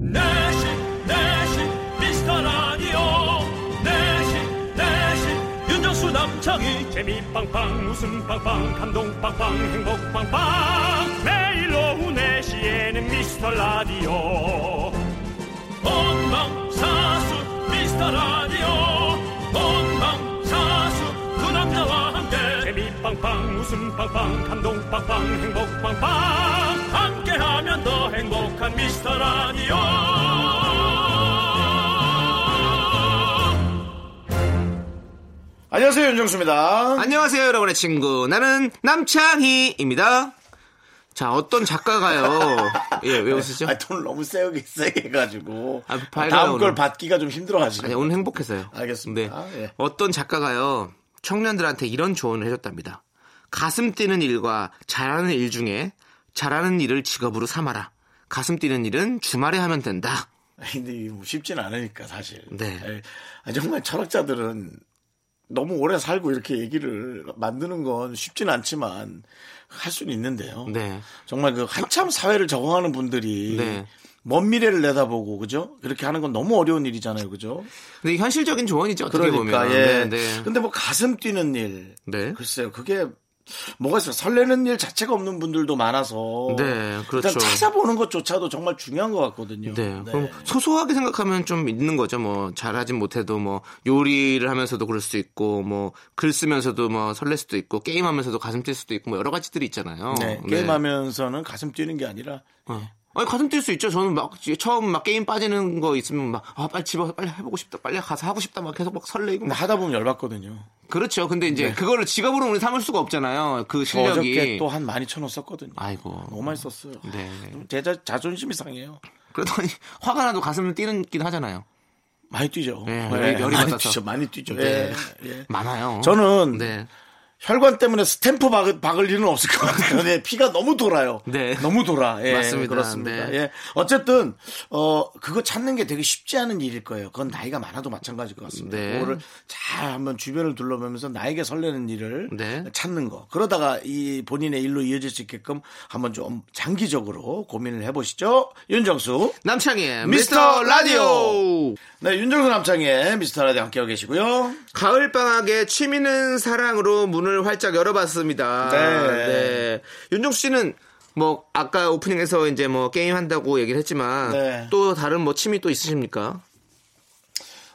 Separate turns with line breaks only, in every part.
내식 내식 미스터 라디오 내식 내식 윤정수 남창희
재미 빵빵 웃음 빵빵 감동 빵빵 행복 빵빵 매일 오후 네시에는 미스터 라디오
본방사수 미스터 라디오 본방사수 그 남자와 함께
재미 빵빵 웃음 빵빵 감동 빵빵 행복 빵빵
함께하면 더 행복한 미스터 라디오
안녕하세요 윤정수입니다.
안녕하세요, 여러분의 친구. 나는 남창희입니다. 자, 어떤 작가가요. 예, 왜 웃으시죠?
아, 돈을 너무 세게 세게 해가지고
아, 밝아요,
다음 걸
오늘.
받기가 좀 힘들어하시고.
아니, 오늘 행복해서요. 네.
알겠습니다. 아, 예.
어떤 작가가요, 청년들한테 이런 조언을 해줬답니다. 가슴 뛰는 일과 잘하는 일 중에 잘하는 일을 직업으로 삼아라. 가슴 뛰는 일은 주말에 하면 된다.
근데 이거 쉽진 않으니까 사실.
네.
예. 아, 정말 철학자들은 너무 오래 살고 이렇게 얘기를 만드는 건 쉽진 않지만 할 수는 있는데요.
네.
정말 그 한참 사회를 적응하는 분들이
네.
먼 미래를 내다보고 그죠? 그렇게 하는 건 너무 어려운 일이잖아요, 그죠?
근데 이게 현실적인 조언이죠, 어떻게
그러니까
보면.
예.
네, 네.
근데 뭐 가슴 뛰는 일,
네.
글쎄요, 그게 뭐가 있어요? 설레는 일 자체가 없는 분들도 많아서
네, 그렇죠.
일단 찾아보는 것조차도 정말 중요한 것 같거든요.
네. 그럼 소소하게 생각하면 좀 있는 거죠. 뭐 잘하진 못해도 뭐 요리를 하면서도 그럴 수도 있고 뭐 글 쓰면서도 뭐 설렐 수도 있고 게임하면서도 가슴 뛸 수도 있고 뭐 여러 가지들이 있잖아요.
네,
네.
게임하면서는 가슴 뛰는 게 아니라
어. 아니 가슴 뛸 수 있죠. 저는 막 처음 막 게임 빠지는 거 있으면 막 아 빨리 집에 빨리 해보고 싶다, 빨리 가서 하고 싶다 막 계속 막 설레고 막.
하다 보면 열받거든요.
그렇죠. 근데 이제 그거를 직업으로 우리 삼을 수가 없잖아요.
네.
그
저 어저께
실력이.
또 한 12,000원 썼거든요.
아이고.
너무 많이 썼어요.
네.
제 자, 자존심이 상해요.
그래도 아니, 화가 나도 가슴은 뛰는긴 하잖아요.
많이 뛰죠.
네,
예,
열이- 열이
많이
받아서.
뛰죠. 많이 뛰죠.
네.
예, 예.
많아요.
저는
네.
혈관 때문에 스탬프 박을, 박을 일은 없을 것 같아요. 네, 피가 너무 돌아요.
네.
너무 돌아. 예,
맞습니다.
그렇습니다.
네.
예. 어쨌든, 어, 그거 찾는 게 되게 쉽지 않은 일일 거예요. 그건 나이가 많아도 마찬가지일 것 같습니다.
네.
그거를 잘 한번 주변을 둘러보면서 나에게 설레는 일을
네.
찾는 거. 그러다가 이 본인의 일로 이어질 수 있게끔 한번 좀 장기적으로 고민을 해보시죠. 윤정수. 미스터
남창희의 미스터
라디오.
라디오.
네, 윤정수 남창의 미스터 라디오 함께하고 계시고요.
가을 방학에 취미는 사랑으로 문을 활짝 열어봤습니다.
네.
윤종수 씨는 뭐 아까 오프닝에서 이제 뭐 게임 한다고 얘기를 했지만
네.
또 다른 뭐 취미 또 있으십니까?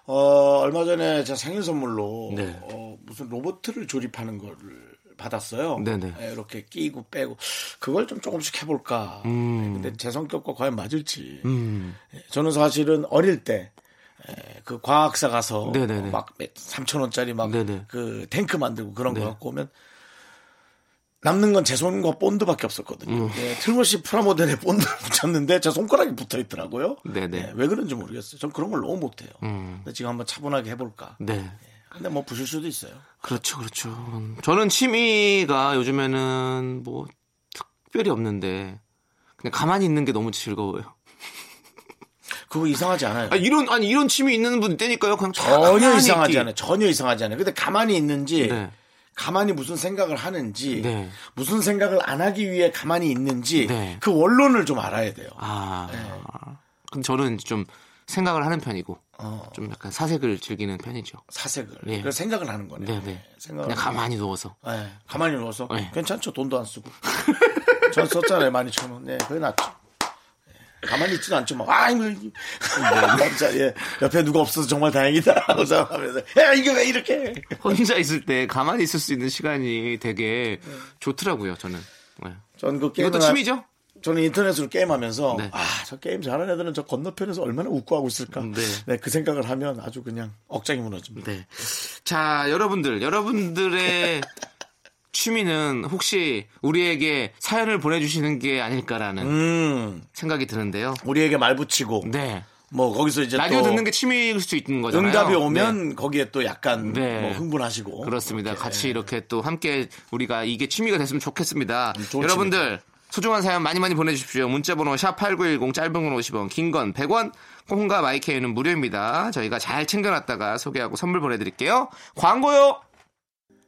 어, 얼마 전에 제 생일 선물로
네.
어, 무슨 로봇을 조립하는 거를 받았어요.
네네.
예, 이렇게 끼고 빼고 그걸 좀 조금씩 해볼까.
음.
네, 근데 제 성격과 과연 맞을지. 예, 저는 사실은 어릴 때. 예, 그 과학사 가서
네네네.
막 3천 원짜리 막
네네.
그 탱크 만들고 그런
네.
거 갖고 오면 남는 건 제 손과 본드밖에 없었거든요.
음.
예, 틀림없이 프라모델에 본드를 붙였는데 제 손가락이 붙어 있더라고요.
네네. 음.
예, 왜 그런지 모르겠어요. 전 그런 걸 너무 못해요. 근데 지금 한번 차분하게 해볼까.
네.
근데 뭐 부실 수도 있어요.
그렇죠, 그렇죠. 음, 저는 취미가 요즘에는 뭐 특별히 없는데 그냥 가만히 있는 게 너무 즐거워요.
그거 이상하지 않아요.
아 이런 아니 이런 취미 있는 분 있다니까요. 그냥
전혀
가만히
이상하지
있기.
않아요. 전혀 이상하지 않아요. 근데 가만히 있는지,
네.
가만히 무슨 생각을 하는지,
네.
무슨 생각을 안 하기 위해 가만히 있는지,
네.
그 원론을 좀 알아야 돼요.
아.
네.
근데 저는 좀 생각을 하는 편이고
어,
좀 약간 사색을 즐기는 편이죠.
사색을.
네.
그래서 생각을 하는 거네요.
네네.
네, 생각을
그냥
하는
가만히 누워서.
예, 가만히 누워서
예.
괜찮죠 돈도 안 쓰고 전 썼잖아요 많이 천원 네 그게 낫죠 예, 가만히 있지는 않지만 아 이거
네.
이거. 진짜 예 옆에 누가 없어서 정말 다행이다 라고 생각하면서 야 이게 왜 이렇게
혼자 있을 때 가만히 있을 수 있는 시간이 되게 좋더라고요, 저는. 네.
전그 게임
이것도 취미죠?
저는 인터넷으로 게임하면서
네.
아 저 게임 잘하는 애들은 저 건너편에서 얼마나 웃고 하고 있을까
네.
네그 생각을 하면 아주 그냥 억장이 무너집니다
네. 자, 여러분들, 여러분들의 취미는 혹시 우리에게 사연을 보내주시는 게 아닐까라는
음
생각이 드는데요.
우리에게 말 붙이고
네.
뭐 거기서 이제
라디오
또
듣는 게 취미일 수 있는 거잖아요.
응답이
네.
오면 거기에 또 약간
네.
뭐 흥분하시고
그렇습니다. 같이 이렇게 또 함께 우리가 이게 취미가 됐으면 좋겠습니다.
좋은
여러분들 소중한 사연 많이 많이 보내주십시오. 문자번호 샵 #8910 짧은 건 50원, 긴 건 100원. 콩과 마이케이는 무료입니다. 저희가 잘 챙겨놨다가 소개하고 선물 보내드릴게요. 광고요.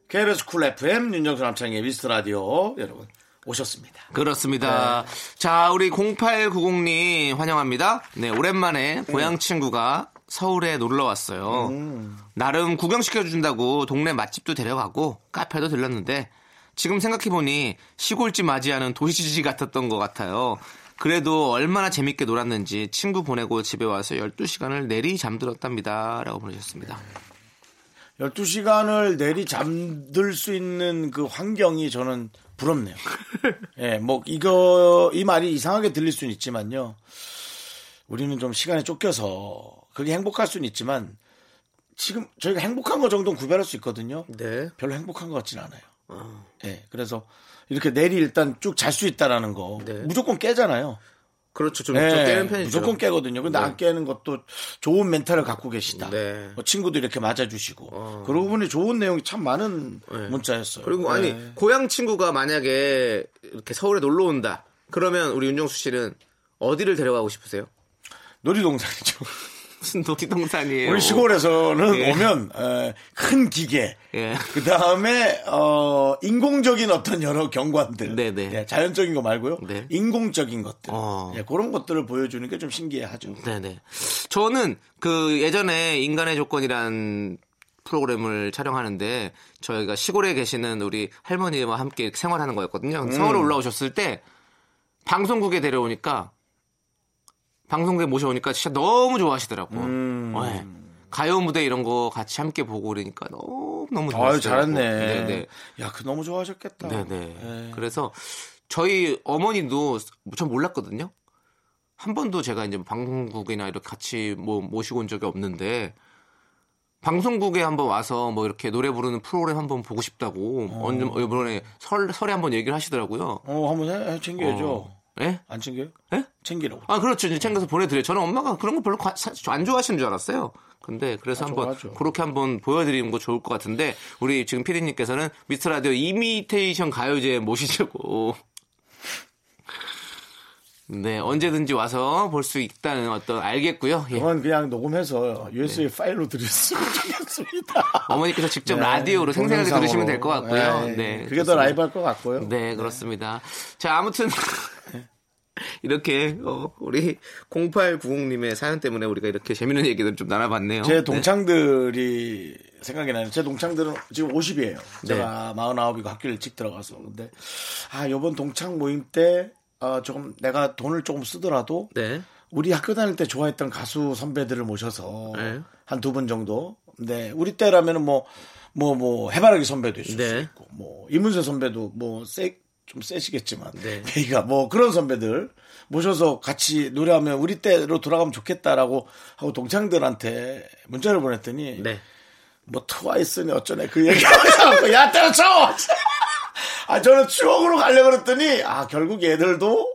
KBS 쿨 FM 윤정수 남창의 미스터 라디오 여러분 오셨습니다.
그렇습니다. 자, 우리 0890님 환영합니다. 네, 오랜만에 고향 친구가 서울에 놀러 왔어요. 나름 구경시켜준다고 동네 맛집도 데려가고 카페도 들렀는데 지금 생각해보니 시골집 맞이하는 도시지 같았던 것 같아요. 그래도 얼마나 재밌게 놀았는지 친구 보내고 집에 와서 12시간을 내리 잠들었답니다. 라고 보내셨습니다.
12시간을 내리 잠들 수 있는 그 환경이 저는 부럽네요. 예, 뭐, 이거, 이 말이 이상하게 들릴 수는 있지만요. 우리는 좀 시간에 쫓겨서 그게 행복할 수는 있지만 지금 저희가 행복한 거 정도는 구별할 수 있거든요.
네.
별로 행복한 것 같지는 않아요. 예, 그래서 이렇게 내리 일단 쭉 잘 수 있다라는 거
네.
무조건 깨잖아요.
그렇죠. 좀,
네,
좀 깨는 편이죠.
무조건 깨거든요. 근데
네.
안 깨는 것도 좋은 멘탈을 갖고 계시다.
네. 어.
뭐 친구도 이렇게 맞아주시고. 그러고 보니 좋은 내용이 참 많은
네.
문자였어요.
그리고 아니
네.
고향 친구가 만약에 이렇게 서울에 놀러 온다. 그러면 우리 윤정수 씨는 어디를 데려가고 싶으세요?
놀이동산이죠.
무슨 놀이동산이에요?
우리 시골에서는
어. 예.
오면 에, 큰 기계,
예.
그 다음에 어, 인공적인 어떤 여러 경관들,
네네.
예, 자연적인 거 말고요,
네.
인공적인 것들,
어.
예, 그런 것들을 보여주는 게 좀 신기해하죠.
네네. 저는 그 예전에 인간의 조건이란 프로그램을 촬영하는데 저희가 시골에 계시는 우리 할머니와 함께 생활하는 거였거든요. 서울에 올라오셨을 때 방송국에 데려오니까 방송국에 모셔오니까 진짜 너무 좋아하시더라고.
음.
네. 가요 무대 이런 거 같이 함께 보고 그러니까 너무 너무 좋았어요.
아유 잘했네.
네네.
야, 그 너무 좋아하셨겠다.
네네.
예.
그래서 저희 어머니도 전 몰랐거든요. 한 번도 제가 이제 방송국이나 이렇게 같이 뭐 모시고 온 적이 없는데 방송국에 한번 와서 뭐 이렇게 노래 부르는 프로그램 한번 보고 싶다고 언제 뭐 이번에 설 설에 한번 얘기를 하시더라고요.
어, 한번 해, 해, 챙겨야죠.
어. 예?
안 챙겨요?
예?
챙기라고.
아 그렇죠. 이제 챙겨서 보내드려요. 저는 엄마가 그런 거 별로 과- 사- 안 좋아하시는 줄 알았어요. 근데 그래서
아,
한번
좋아하죠.
그렇게 한번 보여드리는 거 좋을 것 같은데 우리 지금 피디님께서는 미스터 라디오 이미테이션 가요제 모시자고. 네 언제든지 와서 볼 수 있다는 어떤 알겠고요. 예.
그건 그냥 녹음해서 USB 파일로 드렸으면 좋겠습니다.
어머니께서 직접
네,
라디오로 생생하게
동영상으로.
들으시면 될 것 같고요.
네,
네,
그게 더
좋습니다.
라이브 할 것 같고요.
네, 그렇습니다. 자, 아무튼 이렇게 어, 우리 0890님의 사연 때문에 우리가 이렇게 재밌는 얘기들 좀 나눠봤네요.
제 동창들이 생각이 나요. 제 동창들은 지금 50이에요.
네.
제가 49이고 학교를 일찍 들어가서. 근데, 아, 요번 동창 모임 때, 어, 조금 내가 돈을 조금 쓰더라도,
네. 네.
우리 학교 다닐 때 좋아했던 가수 선배들을 모셔서
네.
한 두 분 정도. 네, 우리 때라면은 뭐, 뭐, 뭐, 해바라기 선배도 있을 수
네.
있고, 뭐, 이문세 선배도 뭐, 세, 좀 세시겠지만,
네.
베이가 뭐 그런 선배들 모셔서 같이 노래하면 우리 때로 돌아가면 좋겠다라고 하고 동창들한테 문자를 보냈더니,
네.
뭐, 트와이스니 어쩌네 그 얘기하면서, 야, 때려쳐! 아, 저는 추억으로 가려고 그랬더니, 아, 결국 얘들도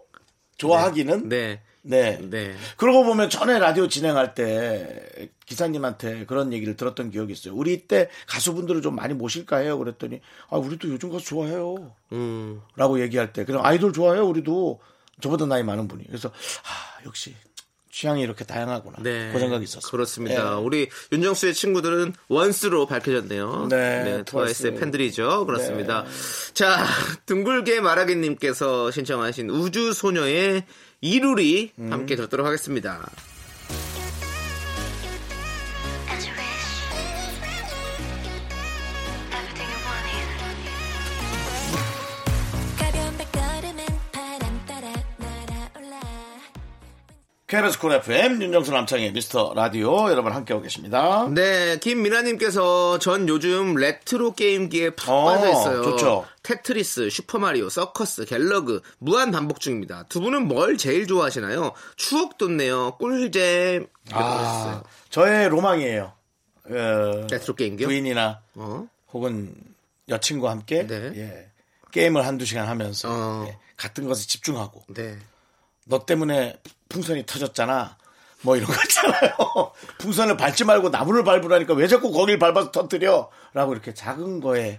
좋아하기는
네.
네.
네.
그러고 보면 전에 라디오 진행할 때 기사님한테 그런 얘기를 들었던 기억이 있어요. 우리 때 가수분들을 좀 많이 모실까 해요. 그랬더니 아 우리도 요즘 가수 좋아해요.
음.
라고 얘기할 때 그럼 아이돌 좋아해요. 우리도 저보다 나이 많은 분이. 그래서 아 역시 취향이 이렇게 다양하구나.
네.
그 생각이 있었어요. 네.
그렇습니다. 우리 윤정수의 친구들은 원수로 밝혀졌네요.
네,
트와이스의
트와이스. 네.
팬들이죠. 그렇습니다. 자, 둥글게 말하기님께서 신청하신 우주소녀의 이루리
음.
함께 들도록 하겠습니다.
As you wish. Everything you wanted. 가벼운 발걸음은 바람 따라 날아올라.
KBS 쿨 FM 윤정수 남창의 미스터 라디오 여러분 함께하고 계십니다.
네, 김미라님께서 전 요즘 레트로 게임기에 푹
어,
빠져 있어요.
좋죠.
테트리스, 슈퍼마리오, 서커스, 갤러그, 무한 반복 중입니다. 두 분은 뭘 제일 좋아하시나요? 추억 돋네요. 꿀잼.
아,
아,
저의 로망이에요. 어,
레트로 게임기요?
부인이나
어?
혹은 여친과 함께
네.
예, 게임을 한두 시간 하면서
어.
예, 같은 것에 집중하고
네.
너 때문에 풍선이 터졌잖아 뭐 이런 거 있잖아요 풍선을 밟지 말고 나무를 밟으라니까 왜 자꾸 거길 밟아서 터뜨려 라고 이렇게 작은 거에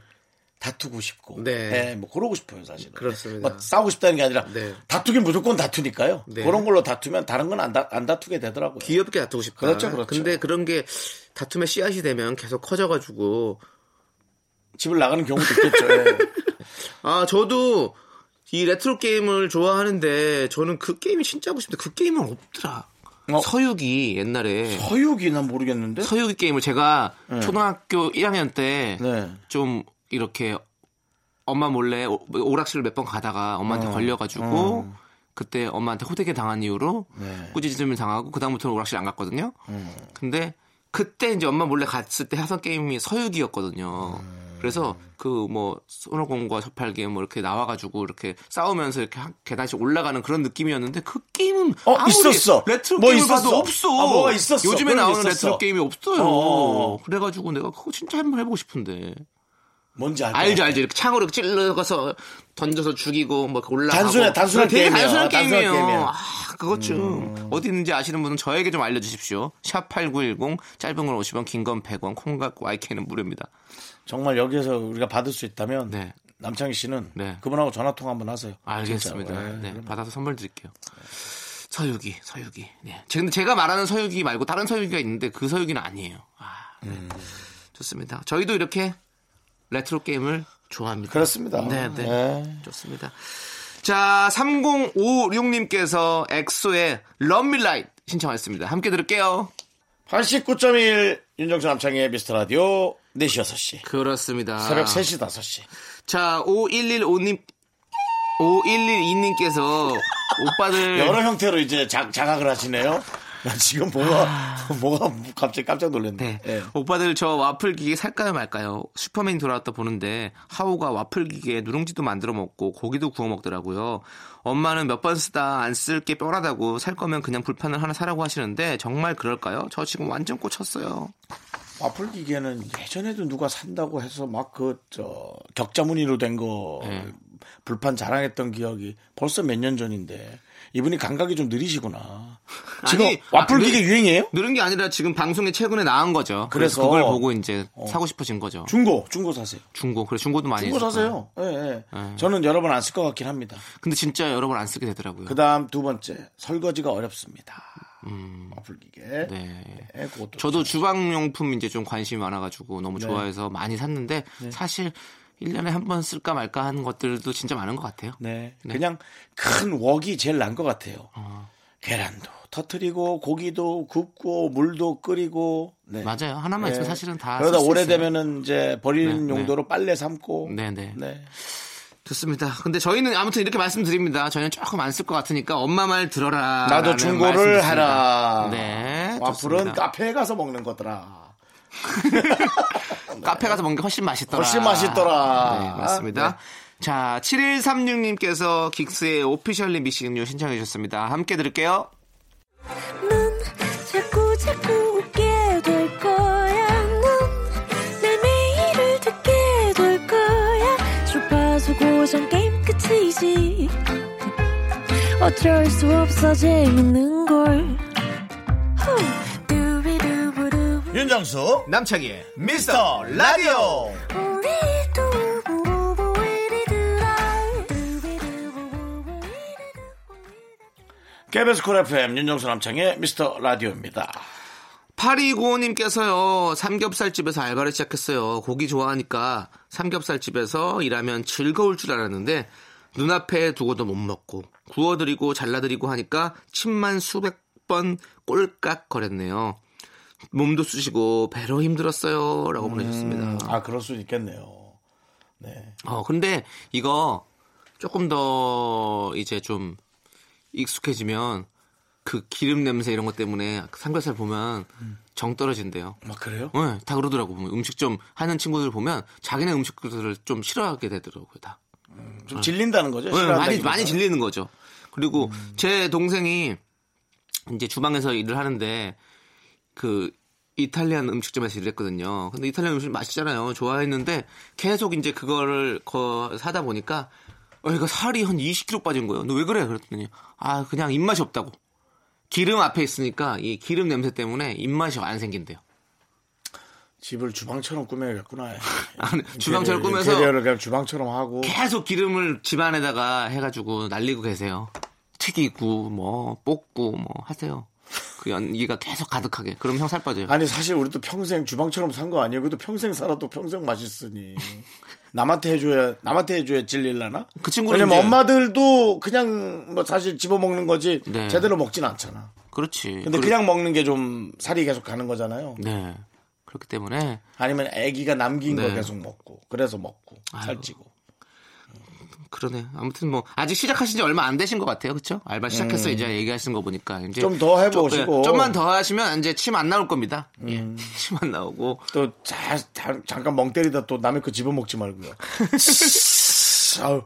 다투고 싶고
네.
예, 뭐 그러고 싶어요 사실은
그렇습니다.
뭐 싸우고 싶다는 게 아니라
네.
다투긴 무조건 다투니까요
네.
그런 걸로 다투면 다른 건 안 다투게 되더라고요
귀엽게 다투고 싶다.
그렇죠, 그렇죠.
근데 그런 게 다툼의 씨앗이 되면 계속 커져가지고
집을 나가는 경우도 있겠죠 예.
아 저도 이 레트로 게임을 좋아하는데 저는 그 게임이 진짜 하고 싶은데 그 게임은 없더라.
어.
서유기 옛날에
서유기 난 모르겠는데.
서유기 게임을 제가 초등학교 1학년 때 좀
네.
이렇게 엄마 몰래 오- 오락실을 몇 번 가다가
어.
엄마한테 걸려가지고 그때 엄마한테 호되게 당한 이후로
네.
꾸짖음을 당하고 그 다음부터는 오락실 안 갔거든요.
어.
근데 그때 이제 엄마 몰래 갔을 때 하던 게임이 서유기였거든요.
음.
그래서 그 뭐 손오공과 저팔계 뭐 이렇게 나와가지고 이렇게 싸우면서 이렇게 한 계단씩 올라가는 그런 느낌이었는데 그 게임은
어,
아무리
있었어.
레트로
뭐
게임을
있었어.
봐도 없어.
아, 뭐가 있었어.
요즘에
그런 게
나오는
있었어.
레트로 게임이 없어요.
어.
그래가지고 내가 그거 진짜 한번 해보고 싶은데.
뭔지 알죠.
알죠, 알죠. 이렇게 창으로 이렇게 찔러서 던져서 죽이고 뭐 이렇게 올라가고.
단순해, 단순한
되게
게임이에요.
단순한
단순한
게임이에요.
게임이에요.
아, 그것 좀 어디 있는지 아시는 분은 저에게 좀 알려주십시오. 샵 #8910 짧은 건 50원, 긴 건 100원, 콩과 YK는 무료입니다.
정말 여기에서 우리가 받을 수 있다면
네.
남창희 씨는
네.
그분하고 전화 통화 한번 하세요.
알겠습니다.
진짜.
네, 받아서 선물 드릴게요. 서유기, 서유기. 네. 제- 근데 제가 말하는 서유기 말고 다른 서유기가 있는데 그 서유기는 아니에요. 아, 네. 좋습니다. 저희도 이렇게 레트로 게임을 좋아합니다.
그렇습니다.
네, 네.
네.
좋습니다. 자, 3056님께서 엑소의 럼밀라이트 신청하셨습니다. 함께 들을게요.
89.1 윤정수 남창희의 미스터 라디오 4시 6시.
그렇습니다.
새벽 3시 5시.
자, 5115님 5112님께서 오빠들
여러 형태로 이제 자, 자각을 하시네요. 나 지금 뭐가 뭐가 갑자기 깜짝 놀랐네.
네.
예.
오빠들 저 와플 기계 살까요 말까요? 슈퍼맨이 돌아왔다 보는데 하우가 와플 기계에 누룽지도 만들어 먹고 고기도 구워 먹더라고요. 엄마는 몇 번 쓰다 안 쓸 게 뼈라다고 살 거면 그냥 불판을 하나 사라고 하시는데 정말 그럴까요? 저 지금 완전 꽂혔어요.
와플 기계는 예전에도 누가 산다고 해서 막 그 저 격자 무늬로 된 거
네.
불판 자랑했던 기억이 벌써 몇 년 전인데 이분이 감각이 좀 느리시구나. 지금
아니,
와플
아, 느-
기계 유행이에요?
누른 게 아니라 지금 방송에 최근에 나온 거죠. 그래서,
그래서
그걸 보고 이제 사고 싶어진 거죠.
중고 중고 사세요.
중고 그래 중고도 많이
중고
있었고.
사세요. 예, 예. 저는 여러 번 안 쓸 것 같긴 합니다.
근데 진짜 여러 번 안 쓰게 되더라고요.
그다음 두 번째 설거지가 어렵습니다. 와플 기계. 네.
음, 네.
그것도
저도 주방용품 이제 좀 관심이 많아가지고 너무 좋아해서 많이 샀는데 사실 1년에 한 번 쓸까 말까 하는 것들도 진짜 많은 것 같아요.
네. 그냥 큰 웍이 제일 난 것 같아요. 계란도 터트리고 고기도 굽고 물도 끓이고. 네.
맞아요. 하나만 있으면
네.
사실은 다.
그러다
쓸수
오래되면은 이제 버리는
네, 네.
용도로 빨래 삼고.
있어요. 네네.
네.
좋습니다. 근데 저희는 아무튼 이렇게 말씀드립니다. 저희는 조금 안 쓸 것 같으니까 엄마 말 들어라.
나도
라는
중고를
말씀드립니다.
하라.
네.
와플은
좋습니다.
카페에 가서 먹는 거더라.
네. 카페 가서 먹는 게 훨씬 맛있더라.
훨씬 맛있더라.
네, 맞습니다.
네.
자, 7136님께서 긱스의 오피셜리 미식료 신청해 주셨습니다. 함께 들을게요.
넌 자꾸 자꾸 웃게 될 거야. 넌내 매일을 듣게 될 거야. 주파수 고정 게임 끝이지. 어쩔 수 없어 재밌는 걸. 후. 두비두부두.
윤정수
남창희의
어? 미스터 라디오.
우리 두부부부 우리들아. 두비두부부부 우리들아.
KBS 쿨 FM 윤정수 남창의 미스터 라디오입니다.
8295님께서요, 삼겹살집에서 알바를 시작했어요. 고기 좋아하니까 삼겹살집에서 일하면 즐거울 줄 알았는데, 눈앞에 두고도 못 먹고, 구워드리고 잘라드리고 하니까 침만 수백 번 꼴깍 거렸네요. 몸도 쑤시고, 배로 힘들었어요. 라고 보내셨습니다.
아 그럴 수 있겠네요. 네.
어, 근데 이거 조금 더 이제 좀 익숙해지면, 그 기름 냄새 이런 것 때문에 삼겹살 보면 정 떨어진대요.
막 그래요?
네, 다 그러더라고 보면 음식점 하는 친구들 보면 자기네 음식들을 좀 싫어하게 되더라고요 다.
좀 질린다는 거죠? 음.
네, 많이 많이 질리는 거죠. 그리고 제 동생이 이제 주방에서 일을 하는데 그 이탈리안 음식점에서 일했거든요. 근데 이탈리안 음식 맛있잖아요. 좋아했는데 계속 이제 그거를 거 사다 보니까 어 이거 살이 한 20kg 빠진 거예요. 너 왜 그래? 그랬더니 아 그냥 입맛이 없다고. 기름 앞에 있으니까 이 기름 냄새 때문에 입맛이 안 생긴대요.
집을 주방처럼 꾸며야겠구나. 예.
아니, 주방처럼 꾸며서
인테리어를 그냥 주방처럼 하고
계속 기름을 집안에다가 해가지고 날리고 계세요. 튀기고 뭐 볶고 뭐 하세요. 그 연기가 계속 가득하게. 그럼 형 살 빠져요.
아니 사실 우리도 평생 주방처럼 산 거 아니에요. 그래도 평생 살아도 평생 맛있으니 남한테 해줘야 남한테 해줘야 질릴라나?
그 친구는
왜냐면
이제-
엄마들도 그냥 뭐 사실 집어 먹는 거지
네.
제대로 먹진 않잖아.
그렇지.
근데
그리-
그냥 먹는 게 좀 살이 계속 가는 거잖아요.
네. 그렇기 때문에
아니면 아기가 남긴 거
네.
계속 먹고 그래서 먹고
아이고.
살찌고.
그러네. 아무튼 뭐 아직 시작하신 지 얼마 안 되신 것 같아요. 그렇죠? 알바 시작해서 이제 얘기하신 거 보니까 이제
음. 좀 더 해보시고. 음.
좀, 예, 좀만 더 하시면 이제 침 안 나올 겁니다. 예. 침 안 나오고
또 자, 자- 잠깐 멍 때리다 또 남의 거 집어 먹지 말고요. 아우.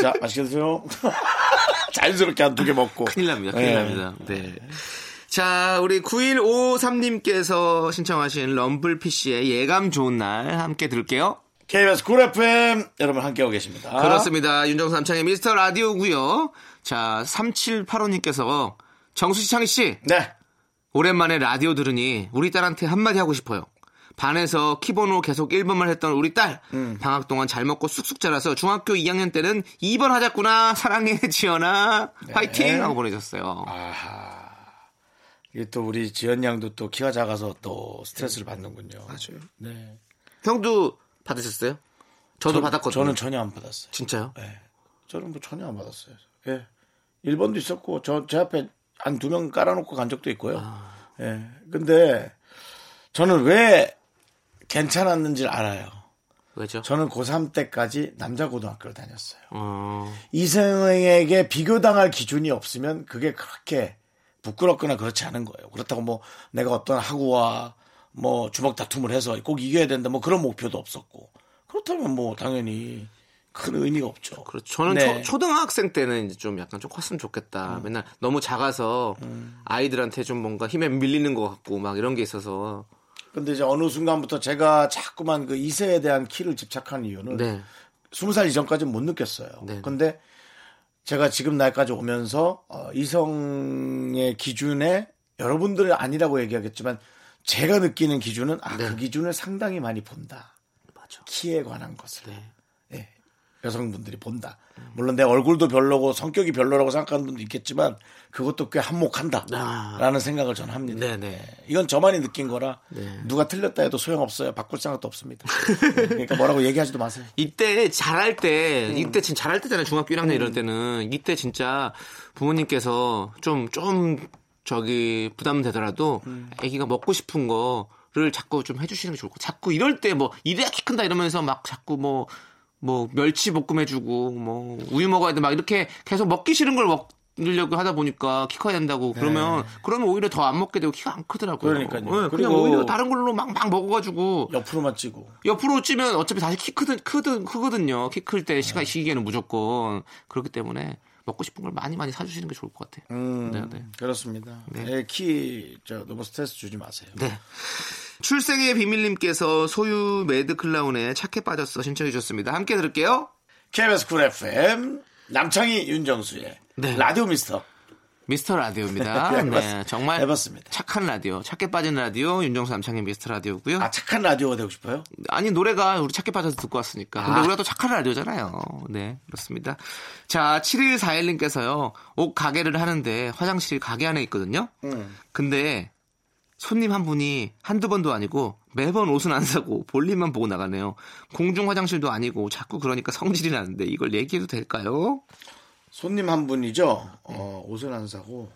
자 맛있게 드세요. 자연스럽게 한 두 개 먹고.
큰일 납니다. 큰일
예.
납니다. 네. 자, 우리 9153님께서 신청하신 럼블피쉬의 예감 좋은 날 함께 들을게요.
KBS 쿨 FM 여러분 함께하고 계십니다.
그렇습니다. 윤정수 남창의 미스터 라디오고요 자, 3785님께서 정수지 창희씨,
네.
오랜만에 라디오 들으니 우리 딸한테 한마디 하고 싶어요. 반에서 키번호 계속 1번만 했던 우리 딸. 방학 동안 잘 먹고 쑥쑥 자라서 중학교 2학년 때는 2번 하자꾸나. 사랑해, 지연아. 화이팅! 하고 보내셨어요.
이게 또 우리 지연 양도 또 키가 작아서 또 스트레스를
네.
받는군요. 맞아요. 네.
형도 받으셨어요? 저도 받았거든요.
저는 전혀 안 받았어요.
진짜요?
저는 뭐 전혀 안 받았어요. 예. 1번도 있었고 저 제 앞에 한 두 명 깔아놓고 간 적도 있고요. 예. 근데 저는 왜 괜찮았는지를 알아요.
왜죠?
저는 고3 때까지 남자 고등학교를 다녔어요.
어,
이성에게 비교당할 기준이 없으면 그게 그렇게 부끄럽거나 그렇지 않은 거예요. 그렇다고 뭐 내가 어떤 학우와 뭐 주먹 다툼을 해서 꼭 이겨야 된다 뭐 그런 목표도 없었고 그렇다면 뭐 당연히 큰 의미가 없죠.
그렇죠. 저는
네. 음.
초, 등학생 때는 이제 좀 약간 좀 컸으면 좋겠다. 맨날 너무 작아서 아이들한테 좀 뭔가 힘에 밀리는 것 같고 막 이런 게 있어서
근데 이제 어느 순간부터 제가 자꾸만 그 이세에 대한 키를 집착한 이유는
네.
20살 이전까지는 못 느꼈어요.
네.
근데 제가 지금 나이까지 오면서 어, 이성의 기준에 여러분들이 아니라고 얘기하겠지만 제가 느끼는 기준은 아, 그 기준을 상당히 많이 본다.
네. 맞아.
키에 관한 것을
네.
예. 여성분들이 본다. 물론 내 얼굴도 별로고 성격이 별로라고 생각하는 분도 있겠지만 그것도 꽤
아.
한몫한다라는 생각을 저는 합니다.
네, 네.
예. 이건 저만이 느낀 거라 누가 틀렸다 해도 소용없어요. 바꿀 생각도 없습니다. 예. 그러니까 뭐라고 얘기하지도 마세요.
이때 잘할 때,
음.
이때 진짜 잘할 때잖아요. 중학교 1학년 이럴 때는. 이때 진짜 부모님께서 좀, 좀, 저기, 부담되더라도
음.
아기가 먹고 싶은 거를 자꾸 좀 해주시는 게 좋고, 자꾸 이럴 때 뭐, 이래야 키 큰다 이러면서 막 자꾸 뭐, 뭐, 멸치 볶음 해주고, 뭐, 우유 먹어야 돼. 막 이렇게 계속 먹기 싫은 걸 먹, 으려고 하다 보니까 키 커야 된다고 그러면 그러면 오히려 더 안 먹게 되고 키가 안 크더라고요.
네. 그러니까요.
예, 그냥
그리고-
오히려 다른 걸로 막 막 먹어가지고
옆으로만 찌고
옆으로 찌면 어차피 다시 키 크든, 크든, 크거든요. 키 클 때 시간, 시기에는 무조건. 그렇기 때문에 먹고 싶은 걸 많이 많이 사주시는 게 좋을 것 같아요. 네, 네.
그렇습니다. 예, 키, 저, 너무 스트레스 주지 마세요.
네. 출생의 비밀님께서 소유 매드클라운에 착해 빠졌어 신청해 주셨습니다. 함께 들을게요.
KBS 쿨 FM, 남창희, 윤정수의
네.
라디오 미스터.
미스터 라디오입니다.
네,
네,
해봤-
정말
해봤습니다.
착한 라디오, 착해 빠진 라디오, 윤정수 남창의 미스터 라디오고요.
아, 착한 라디오가 되고 싶어요?
아니 노래가 우리 착해 빠져서 듣고 왔으니까. 근데
아.
우리가 또 착한 라디오잖아요. 네, 그렇습니다. 자, 7141님께서요. 옷 가게를 하는데 화장실이 가게 안에 있거든요. 근데 손님 한 분이 한두 번도 아니고 매번 옷은 안 사고 볼일만 보고 나가네요. 공중 화장실도 아니고 자꾸 그러니까 성질이 나는데 이걸 얘기해도 될까요?
손님 한 분이죠? 어,
네.
옷을 안 사고.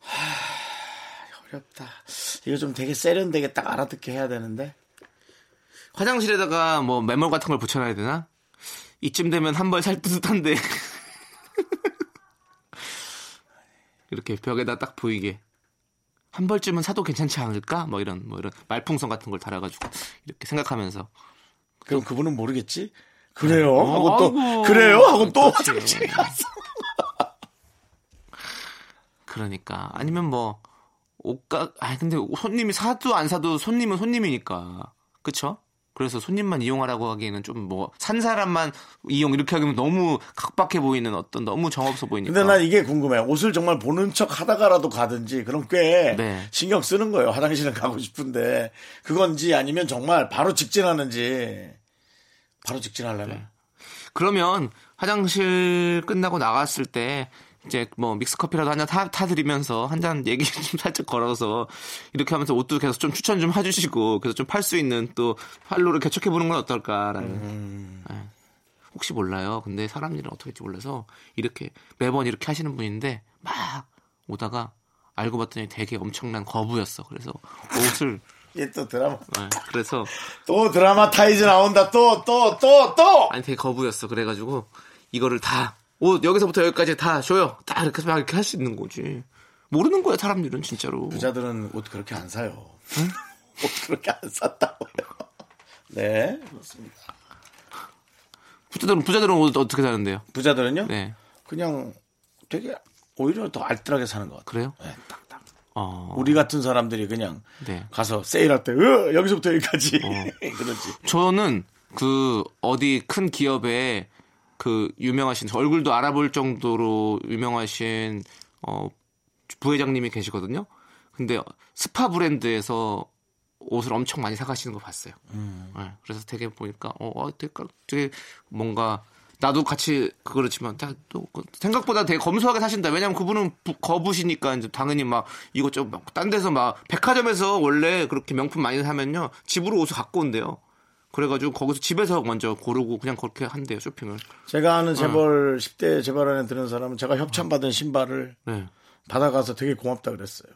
하, 어렵다. 이거 좀 되게 세련되게 딱 알아듣게 해야 되는데.
화장실에다가 뭐 매몰 같은 걸 붙여놔야 되나? 이쯤 되면 한 벌 살 듯한데. 이렇게 벽에다 딱 보이게. 한 벌쯤은 사도 괜찮지 않을까? 뭐 이런, 뭐 이런 말풍선 같은 걸 달아가지고 이렇게 생각하면서.
그럼 그분은 모르겠지? 그래요? 하고
어,
또,
아이고.
그래요? 하고 또
그치.
화장실 가서.
그러니까. 아니면 뭐, 옷가, 아 근데 손님이 사도 안 사도 손님은 손님이니까. 그쵸? 그래서 손님만 이용하라고 하기에는 좀 뭐, 산 사람만 이용 이렇게 하면 너무 각박해 보이는 어떤 너무 정없어 보이니까.
근데 난 이게 궁금해. 옷을 정말 보는 척 하다가라도 가든지 그럼 꽤
네.
신경 쓰는 거예요. 화장실은 가고 싶은데 그건지 아니면 정말 바로 직진하는지
네.
바로 직진하려면
그러면 화장실 끝나고 나갔을 때 이제 뭐 믹스커피라도 한 잔 타, 타드리면서 한 잔 얘기 좀 살짝 걸어서 이렇게 하면서 옷도 계속 좀 추천 좀 해주시고 그래서 좀 팔 수 있는 또 활로를 개척해보는 건 어떨까라는 예. 혹시 몰라요 근데 사람 일은 어떻게 할지 몰라서 이렇게 매번 이렇게 하시는 분인데 막 오다가 알고 봤더니 되게 엄청난 거부였어 그래서 옷을
얘 또 드라마
예, 그래서
또 드라마 타이즈 나온다 또 또 또 또
아니 되게 거부였어 그래가지고 이거를 다 옷 여기서부터 여기까지 다 줘요 다 이렇게 해서 막 이렇게 할 수 있는 거지 모르는 거야 사람들은 진짜로
부자들은 옷 그렇게 안 사요 옷 그렇게 안 샀다고요 네 그렇습니다
부자들은 부자들은 옷 어떻게 사는데요
부자들은요
네
그냥 되게 오히려 더 알뜰하게 사는 것 같아요
그래요
네, 딱딱
어
우리 같은 사람들이 그냥
네.
가서 세일할 때 으, 여기서부터 여기까지 그러지
저는 그 어디 큰 기업에 그 유명하신 얼굴도 알아볼 정도로 유명하신 어 부회장님이 계시거든요. 근데 스파 브랜드에서 옷을 엄청 많이 사가시는 거 봤어요. 예, 그래서 되게 보니까 어, 어 되게, 깔- 되게 뭔가 나도 같이 그렇지만 다 또 생각보다 되게 검소하게 사신다. 왜냐면 그분은 부- 거부시니까 이제 당연히 막 이것저것 막 딴 데서 막 백화점에서 원래 그렇게 명품 많이 사면요 집으로 옷을 갖고 온대요. 그래가지고 거기서 집에서 먼저 고르고 그냥 그렇게 한대요 쇼핑을.
제가 아는 재벌 10대 재벌 안에 드는 사람은 제가 협찬받은 신발을
네.
받아가서 되게 고맙다 그랬어요.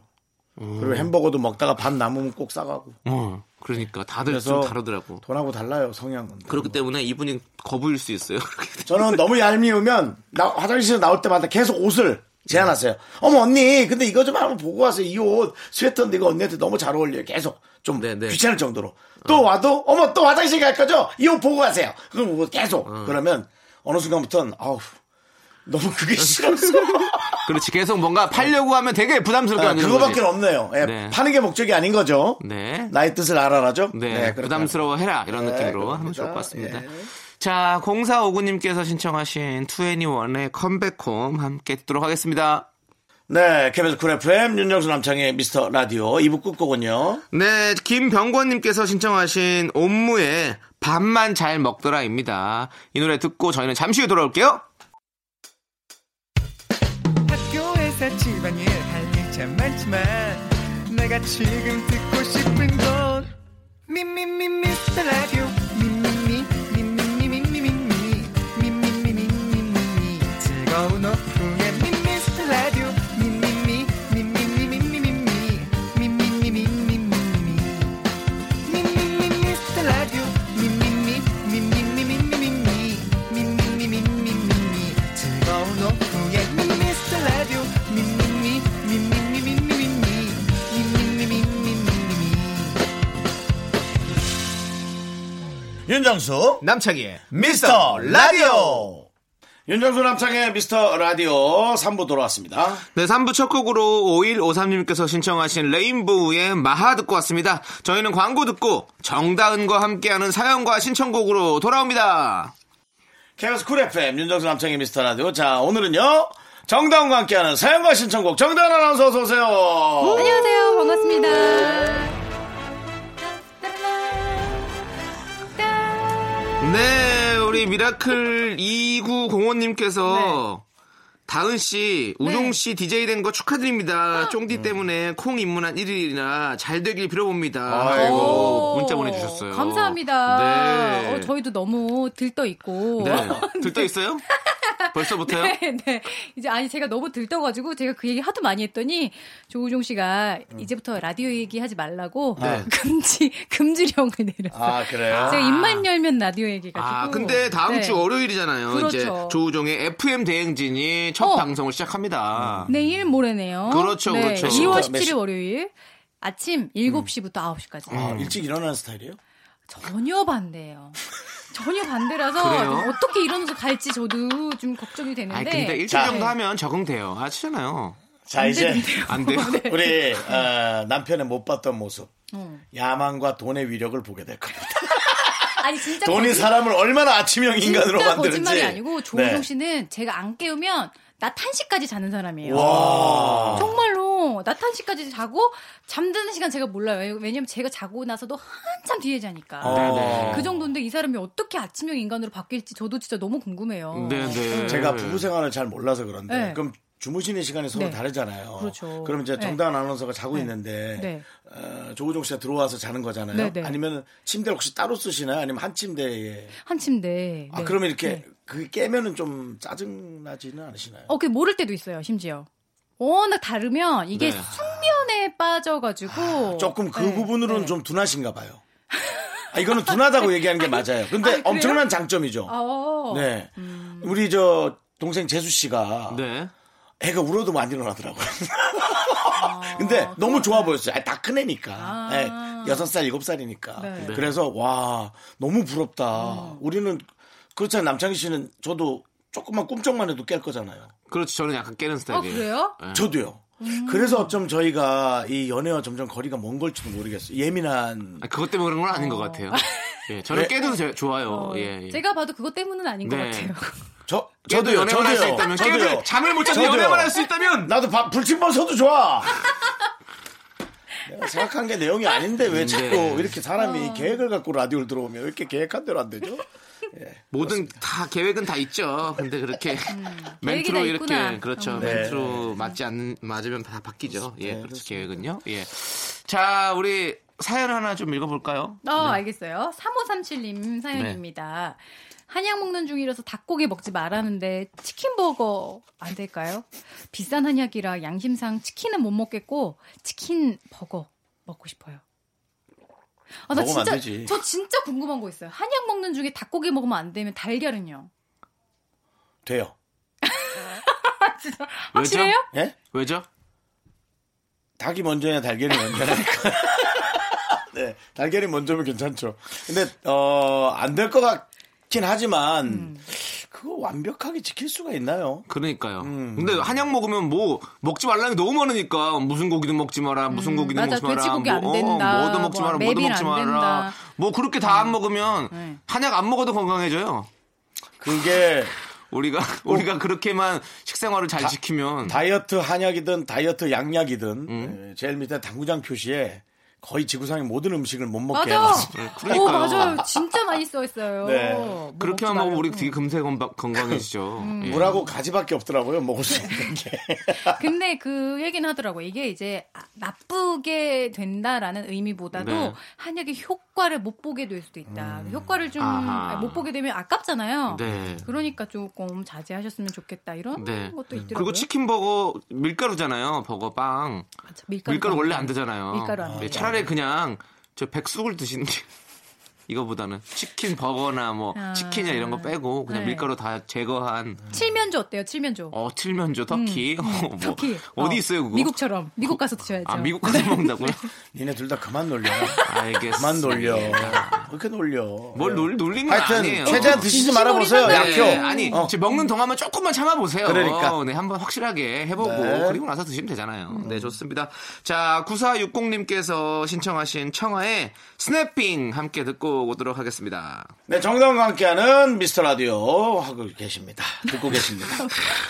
그리고 햄버거도 먹다가 밥 남으면 꼭 싸가고.
어, 그러니까 다들
그래서
좀 다르더라고.
돈하고 달라요 성향은.
그렇기 때문에 이분이 거부일 수 있어요.
저는 너무 얄미우면 나 화장실에서 나올 때마다 계속 옷을 제안하세요. 어머 언니, 근데 이거 좀 한번 보고 와서 이 옷 스웨터인데 이거 언니한테 너무 잘 어울려요. 계속 좀
네, 네.
귀찮을 정도로. 또 와도 어머 또 화장실 갈 거죠? 이 옷 보고 가세요. 그럼 보고 계속
어.
그러면 어느 순간부터는 아우 너무 그게 싫어서.
그러니까 그렇지 계속 뭔가 팔려고 하면 되게 부담스럽게
아,
만드는
그거밖에
거지.
없네요. 예,
네.
파는 게 목적이 아닌 거죠.
네.
나의 뜻을 알아라죠.
네,
그렇게
부담스러워 해라 이런
네,
느낌으로
그렇습니다.
하면 좋을 것 같습니다.
예.
자, 0459님께서 신청하신 2NE1의 컴백홈 함께 듣도록 하겠습니다.
네, 케빈스 쿨 FM 윤정수 남창의 미스터 라디오 2부 끝곡은요.
네, 김병권님께서 신청하신 옴무의 밥만 잘 먹더라입니다. 이 노래 듣고 저희는 잠시 후에 돌아올게요.
학교에서 집안일 할 일 참 많지만 내가 지금 듣고 싶은 건 미미미 미스터 라디오 미미미 미미미 미미미 미미미 미미미 즐거운 오후에 미스터 라디오 미미미 미미미 미미미 미미미 미미미
윤정수
남창희의
미스터 라디오. 윤정수 남창의 미스터 라디오 3부 돌아왔습니다.
네, 3부 첫 곡으로 5153님께서 신청하신 레인보우의 마하 듣고 왔습니다. 저희는 광고 듣고 정다은과 함께하는 사연과 신청곡으로 돌아옵니다.
케빈스 쿨 FM 윤정수 남창의 미스터 라디오. 자, 오늘은요. 정다운과 함께하는 사연과 신청곡 정다운 아나운서 어서 오세요.
안녕하세요. 반갑습니다.
네, 우리 미라클 2905님께서 다은 씨, 우종 씨 DJ 된 거 축하드립니다. 쫑디
음.
때문에 콩 입문한 1일이나 잘 되길 빌어봅니다.
아이고.
오, 문자 보내주셨어요.
감사합니다.
네.
어, 저희도 너무 들떠 있고.
네. 들떠 있어요? 벌써부터요?
네, 네. 이제 아니 제가 너무 들떠가지고 제가 그 얘기 하도 많이 했더니 조우종 씨가
음.
이제부터 라디오 얘기하지 말라고
네.
금지 금지령을 내렸어요.
아, 그래요?
제가 입만 열면 라디오 얘기가.
아, 근데 다음 주 월요일이잖아요.
네, 그렇죠.
이제 조우종의 FM 대행진이 첫
어.
방송을 시작합니다.
음.
내일 모레네요.
그렇죠,
네,
그렇죠. 음.
2월
몇 시?
17일 월요일 아침 7시부터 9시까지.
아, 일찍 일어나는 스타일이에요?
전혀 반대예요. 전혀
그래요?
반대라서 어떻게 이러면서 갈지 저도 좀 걱정이 되는데.
아니, 근데 일주일
자.
네.
정도 하면 적응돼요. 아시잖아요.
자, 이제
안 돼요.
네.
우리 어, 남편의 못 봤던 모습
어.
야망과 돈의 위력을 보게 될 겁니다.
아니 진짜
돈이 사람을 얼마나 아침형 인간으로
진짜
만드는지.
거짓말이 아니고
네.
조우종 씨는 제가 안 깨우면 낮 1시까지 자는 사람이에요. 정말로 낮 1시까지 자고 잠드는 시간 제가 몰라요. 왜냐면 제가 자고 나서도 한참 뒤에 자니까.
어.
그 정도인데 이 사람이 어떻게 아침형 인간으로 바뀔지 저도 진짜 너무 궁금해요.
네, 네.
제가 부부 생활을 잘 몰라서 그런데
네.
그럼 주무시는 시간이 서로
네.
다르잖아요.
그렇죠.
그럼 이제
네.
정다은 아나운서가 자고 있는데
네.
어, 조우종 씨가 들어와서 자는 거잖아요.
네, 네.
아니면 침대를 혹시 따로 쓰시나요? 아니면 한 침대에
한 침대.
아
네.
그러면 이렇게
네.
그 깨면은 좀 짜증 나지는 않으시나요?
어, 그 모를 때도 있어요, 심지어. 워낙 다르면 이게
네.
숙면에 빠져가지고.
조금 그
네,
부분으로는
네.
좀 둔하신가 봐요. 아, 이거는 둔하다고 얘기하는 게 맞아요. 근데
그래요?
엄청난 장점이죠.
어.
네. 우리 저 동생 재수 씨가
네.
애가 울어도 안 일어나더라고요. 근데 너무 좋아 보였어요. 아, 다 큰 애니까.
아.
네, 6살, 7살이니까.
네. 음.
네.
그래서 와, 너무 부럽다. 우리는 그렇잖아요. 남창희 씨는 저도 조금만 꿈쩍만 해도 깰 거잖아요.
그렇지 저는 약간 깨는
어,
스타일이에요. 예.
그래요?
저도요.
음.
그래서 어쩜 저희가 이 연애와 점점 거리가 먼 걸지도 모르겠어요. 예민한
아, 그것 때문에 그런 건 아닌 것 같아요. 예, 저는
왜?
깨도 제- 좋아요. 예, 예.
어. 제가 봐도 그것 때문은 아닌 것
네.
같아요.
저
깨도
저도요.
연애만 할 수
저도요.
있다면
저도요.
깨도 잠을 못 자도
저도요.
연애만 할 수 있다면
나도 밥 불침번 서도 좋아. 내가 생각한 게 내용이 아닌데 왜 자꾸
네.
이렇게 사람이
어.
계획을 갖고 라디오를 들어오면 왜 이렇게 계획한 대로 안 되죠?
모든 다 계획은 다 있죠. 근데 그렇게
음. 계획이 다
멘트로 이렇게
있구나.
그렇죠.
네.
멘트로 맞지 않는 맞으면 다 바뀌죠. 예, 그렇죠 계획은요. 예. 자, 우리 사연 하나 좀 읽어볼까요?
어, 알겠어요. 3537님 사연입니다. 한약 먹는 중이라서 닭고기 먹지 말라는데 치킨버거 안 될까요? 비싼 한약이라 양심상 치킨은 못 먹겠고 치킨 버거 먹고 싶어요. 아, 나
먹으면 안
진짜
되지.
저 진짜 궁금한 거 있어요. 한약 먹는 중에 닭고기 먹으면 안 되면 달걀은요?
돼요.
확실해요?
예?
왜죠?
닭이 먼저냐 달걀이 먼저냐니까. 네, 달걀이 먼저면 괜찮죠. 근데 어, 안 될 것 같긴 하지만
음.
그거 완벽하게 지킬 수가 있나요?
그러니까요. 근데 한약 먹으면 뭐 먹지 말라는 게 너무 많으니까 무슨 고기든 먹지 마라, 무슨 고기든
음. 맞아.
먹지 마라,
돼지고기 안
뭐,
된다.
뭐도 먹지
뭐
마라, 뭐도
메밀
먹지
안
마라.
된다.
뭐 그렇게 다 안 먹으면
네.
한약 안 먹어도 건강해져요.
그게
우리가 우리가 그렇게만 식생활을 잘 지키면
다이어트 한약이든 다이어트 양약이든 예, 제일 밑에 당구장 표시에 거의 지구상의 모든 음식을 못 먹게
맞아.
해놨어요.
예, 그러니까요.
오, 맞아요. 진짜 많이 써 있어요.
네.
뭐
그렇게만
먹지
먹으면 우리
말라고.
되게 금세 건바- 건강해지죠.
음.
예.
물하고 가지밖에 없더라고요 먹을 수 있는 게.
근데 그 얘기는 하더라고요. 이게 이제 아- 나쁘게 된다라는 의미보다도
네. 음.
한약의 효과를 못 보게 될 수도 있다. 효과를 좀
아하.
못 보게 되면 아깝잖아요.
네.
그러니까 조금 자제하셨으면 좋겠다 이런
네.
것도 있더라고요.
그리고 치킨 버거 밀가루잖아요. 버거 빵.
맞아,
밀가루,
밀가루,
원래 안 되잖아요.
밀가루 안
네,
돼요.
차라리 그냥 저 백숙을 드시는 게 이거보다는 치킨 버거나 뭐
아.
치킨이나 이런 거 빼고 그냥
네.
밀가루 다 제거한
칠면조 어때요? 칠면조.
어 칠면조 터키 어, 뭐
음. 터키.
어디
어,
있어요 그거?
미국처럼 미국 가서 드셔야죠. 네.
아 미국 가서 먹는다고요?
니네 둘 다 그만 놀려.
알겠습니다.
그만 놀려. 그렇게 놀려.
뭘 놀, 놀린 건
하여튼
아니에요.
최대한 드시지
진심
말아보세요.
어린다.
약효.
네, 아니
어.
지금 먹는 동안만 조금만 참아보세요.
그러니까.
네, 한번 확실하게 해보고
네.
그리고 나서 드시면 되잖아요. 네 좋습니다. 자 9460님께서 신청하신 청하의 스냅핑 함께 듣고 오도록 하겠습니다.
네, 정다운과 함께하는 미스터 라디오 하고 계십니다. 듣고 계십니다.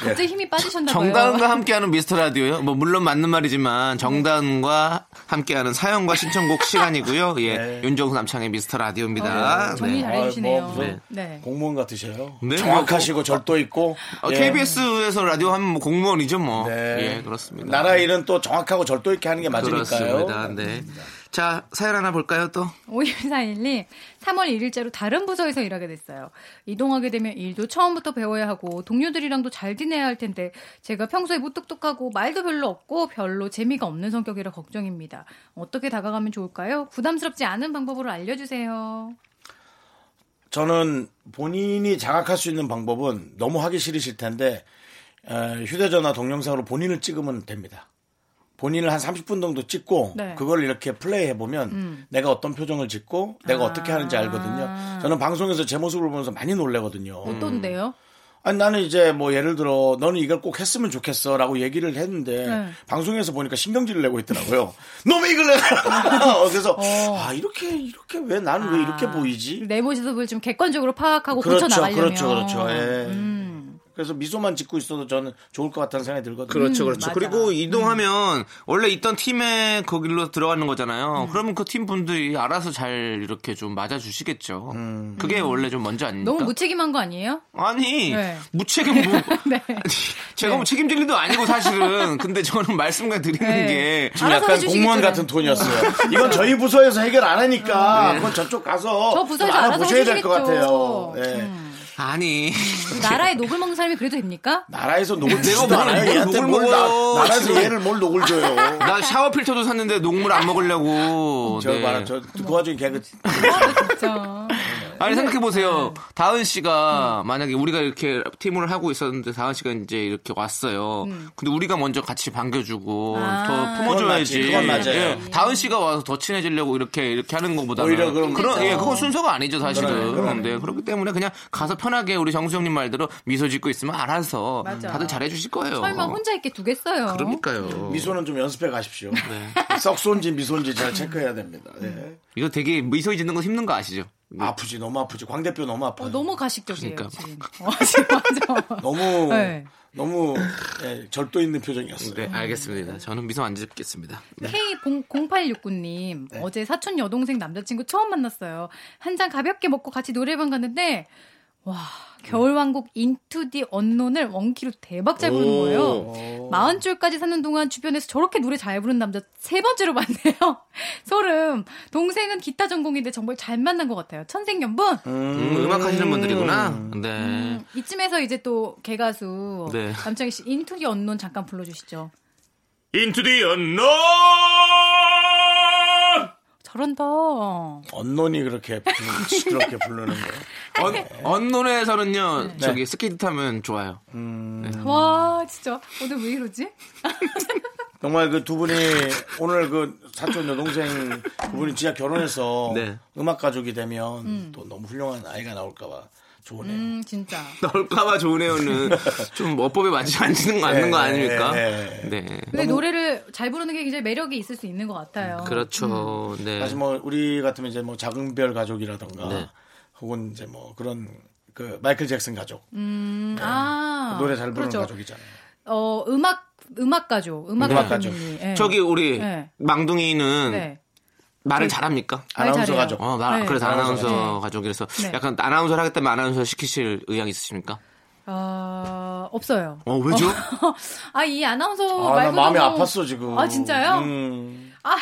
네.
갑자기 힘이 빠지셨나 봐요.
정다은과 함께하는 미스터 라디오요. 뭐 물론 맞는 말이지만 정다은과
네.
함께하는 사연과 신청곡 시간이고요. 예,
네.
윤정수 남창의 미스터 라디오입니다.
어, 정리
네.
아,
잘해주시네요.
뭐 무슨
네.
공무원 같으셔요.
네.
정확하시고 절도 있고.
어,
예.
KBS에서 라디오 하면 뭐 공무원이죠 뭐.
네.
예, 그렇습니다.
나라 일은 또 정확하고 절도 있게 하는 게 맞으니까요.
그렇습니다. 네. 자, 사연 하나 볼까요, 또?
5141님, 3월 1일자로 다른 부서에서 일하게 됐어요. 이동하게 되면 일도 처음부터 배워야 하고, 동료들이랑도 잘 지내야 할 텐데, 제가 평소에 무뚝뚝하고, 말도 별로 없고, 별로 재미가 없는 성격이라 걱정입니다. 어떻게 다가가면 좋을까요? 부담스럽지 않은 방법으로 알려주세요.
저는 본인이 자각할 수 있는 방법은 너무 하기 싫으실 텐데 어, 휴대전화 동영상으로 본인을 찍으면 됩니다. 본인을 한 30분 정도 찍고
네. 음.
그걸 이렇게 플레이해 보면 내가 어떤 표정을 짓고 내가
아.
어떻게 하는지 알거든요. 저는 방송에서 제 모습을 보면서 많이 놀래거든요.
음. 어떤데요?
아니 나는 이제 뭐 예를 들어 너는 이걸 꼭 했으면 좋겠어라고 얘기를 했는데
네.
방송에서 보니까 신경질을 내고 있더라고요. 너왜 이걸 내라. 그래서 아 이렇게 이렇게 왜 나는 왜 이렇게
어. 아,
보이지?
내 모습을 좀 객관적으로 파악하고
그렇죠,
고쳐나가려면.
그렇죠, 그렇죠. 예. 그래서 미소만 짓고 있어도 저는 좋을 것 같다는 생각이 들거든요.
그렇죠,
음,
그렇죠.
맞아.
그리고 이동하면 원래 있던 팀에 그 거길로 들어가는 거잖아요.
음.
그러면 그 팀 분들이 알아서 잘 이렇게 좀 맞아주시겠죠. 그게 원래 좀 먼저 아닙니까?
음.
그러니까.
너무 무책임한 거 아니에요?
아니
네.
무책임 무
네.
아니, 제가 뭐 책임질 일도 아니고 사실은 근데 저는 말씀을 드리는
네.
게
좀 약간
해주시기
공무원
때문에.
같은 톤이었어요.
음.
이건 저희 부서에서 해결 안 하니까 그건 저쪽 가서
예. 저 부서에서
좀
알아서
알아보셔야 될 것
해주시겠죠. 음.
같아요. 예.
아니
우리 나라에 녹을 먹는 사람이 그래도 됩니까?
나라에서 녹을
음. 내가
주지도
뭘
않아요. 얘한테
녹을
뭘
먹어요.
나, 나라에서 얘를 뭘 녹을 줘요.
나 샤워 필터도 샀는데 녹물 안 먹으려고
저
네. 어.
봐라 저그 와중에 개그
진짜.
아니 생각해 보세요.
네.
다은
음.
씨가 만약에 우리가 이렇게 팀을 하고 있었는데 다은 씨가 이제 이렇게 왔어요. 근데 우리가 먼저 같이 반겨주고
음. 아.
더 품어줘야지. 예.
그건 맞지, 그건 맞아요.
다은 씨가 와서 더 친해지려고 이렇게 이렇게 하는 것보다는
오히려 그럼
그런
그렇죠.
예, 그건 순서가 아니죠 사실은.
그러네,
그런데
그러네.
그렇기 때문에 그냥 가서 편하게 우리 정수 형님 말대로 미소 짓고 있으면 알아서
맞아.
다들 잘해주실 거예요.
어.
설마 혼자 음. 있게 두겠어요?
그러니까요.
미소는 좀 연습해 가십시오.
네.
썩소인지 미소인지
음.
잘 체크해야 됩니다. 예.
이거 되게 미소 짓는 거 힘든 거 아시죠?
아프지 너무 아프지 광 대표 너무 아파요.
음. 어, 너무
네.
가식적이에요
그러니까.
지금. 어, 지금 맞아.
너무
네.
너무 예, 절도 있는 표정이었어요.
네 알겠습니다. 저는 미소 안 짓겠습니다.
K0869님
네.
어제 사촌 여동생 남자친구 처음 만났어요. 한 잔 가볍게 먹고 같이 노래방 갔는데 와 겨울왕국 인투 디 언론을 원키로 대박 잘 부르는 거예요. 마흔 줄까지 사는 동안 주변에서 저렇게 노래 잘 부르는 남자 세 번째로 만나요. 소름. 동생은 기타 전공인데 정말 잘 만난 것 같아요. 천생연분.
음, 음악 하시는 분들이구나. 네.
음, 이쯤에서 이제 또 개가수
네.
남창희 씨 인투 디 언론 잠깐 불러주시죠.
Into the unknown
저런다.
언론이 그렇게 부르- 시끄럽게 부르는 거.
언, 언론에서는요 저기 스케이트 타면 좋아요.
음. 와 진짜 오늘 왜 이러지?
정말 그 두 분이 오늘 그 사촌 여동생 두 분이 진짜 결혼해서
네.
음악 가족이 되면 또 너무 훌륭한 아이가 나올까봐 좋으네요.
음 진짜.
나올까봐 좋으네요는 좀 어법에 맞지 않는 거 맞는 거
네,
아닙니까?
네,
네.
근데 노래를 잘 부르는 게 굉장히 매력이 있을 수 있는 것
음,
같아요.
그렇죠. 네.
사실 뭐 우리 같으면 이제 뭐 작은별 가족이라던가
네.
혹은 이제 뭐 그런 그 마이클 잭슨 가족 그
음, 아
노래 잘 부르는
그렇죠.
가족이잖아요.
어 음악 음악 가죠. 음악
음악
가족.
가족. 음.
저기 우리
네.
망둥이는
네.
말을 잘합니까?
말
아나운서
잘해요.
가족.
어, 나,
네.
그래서
아나운서
아나운서
네.
가족이라서
네.
약간 아나운서를 하겠다면 아나운서 시키실 의향 있으십니까?
아 없어요.
어, 왜죠?
아 이 아나운서
아, 나
말고
마음이 아팠어 지금.
아 진짜요?
음.
아,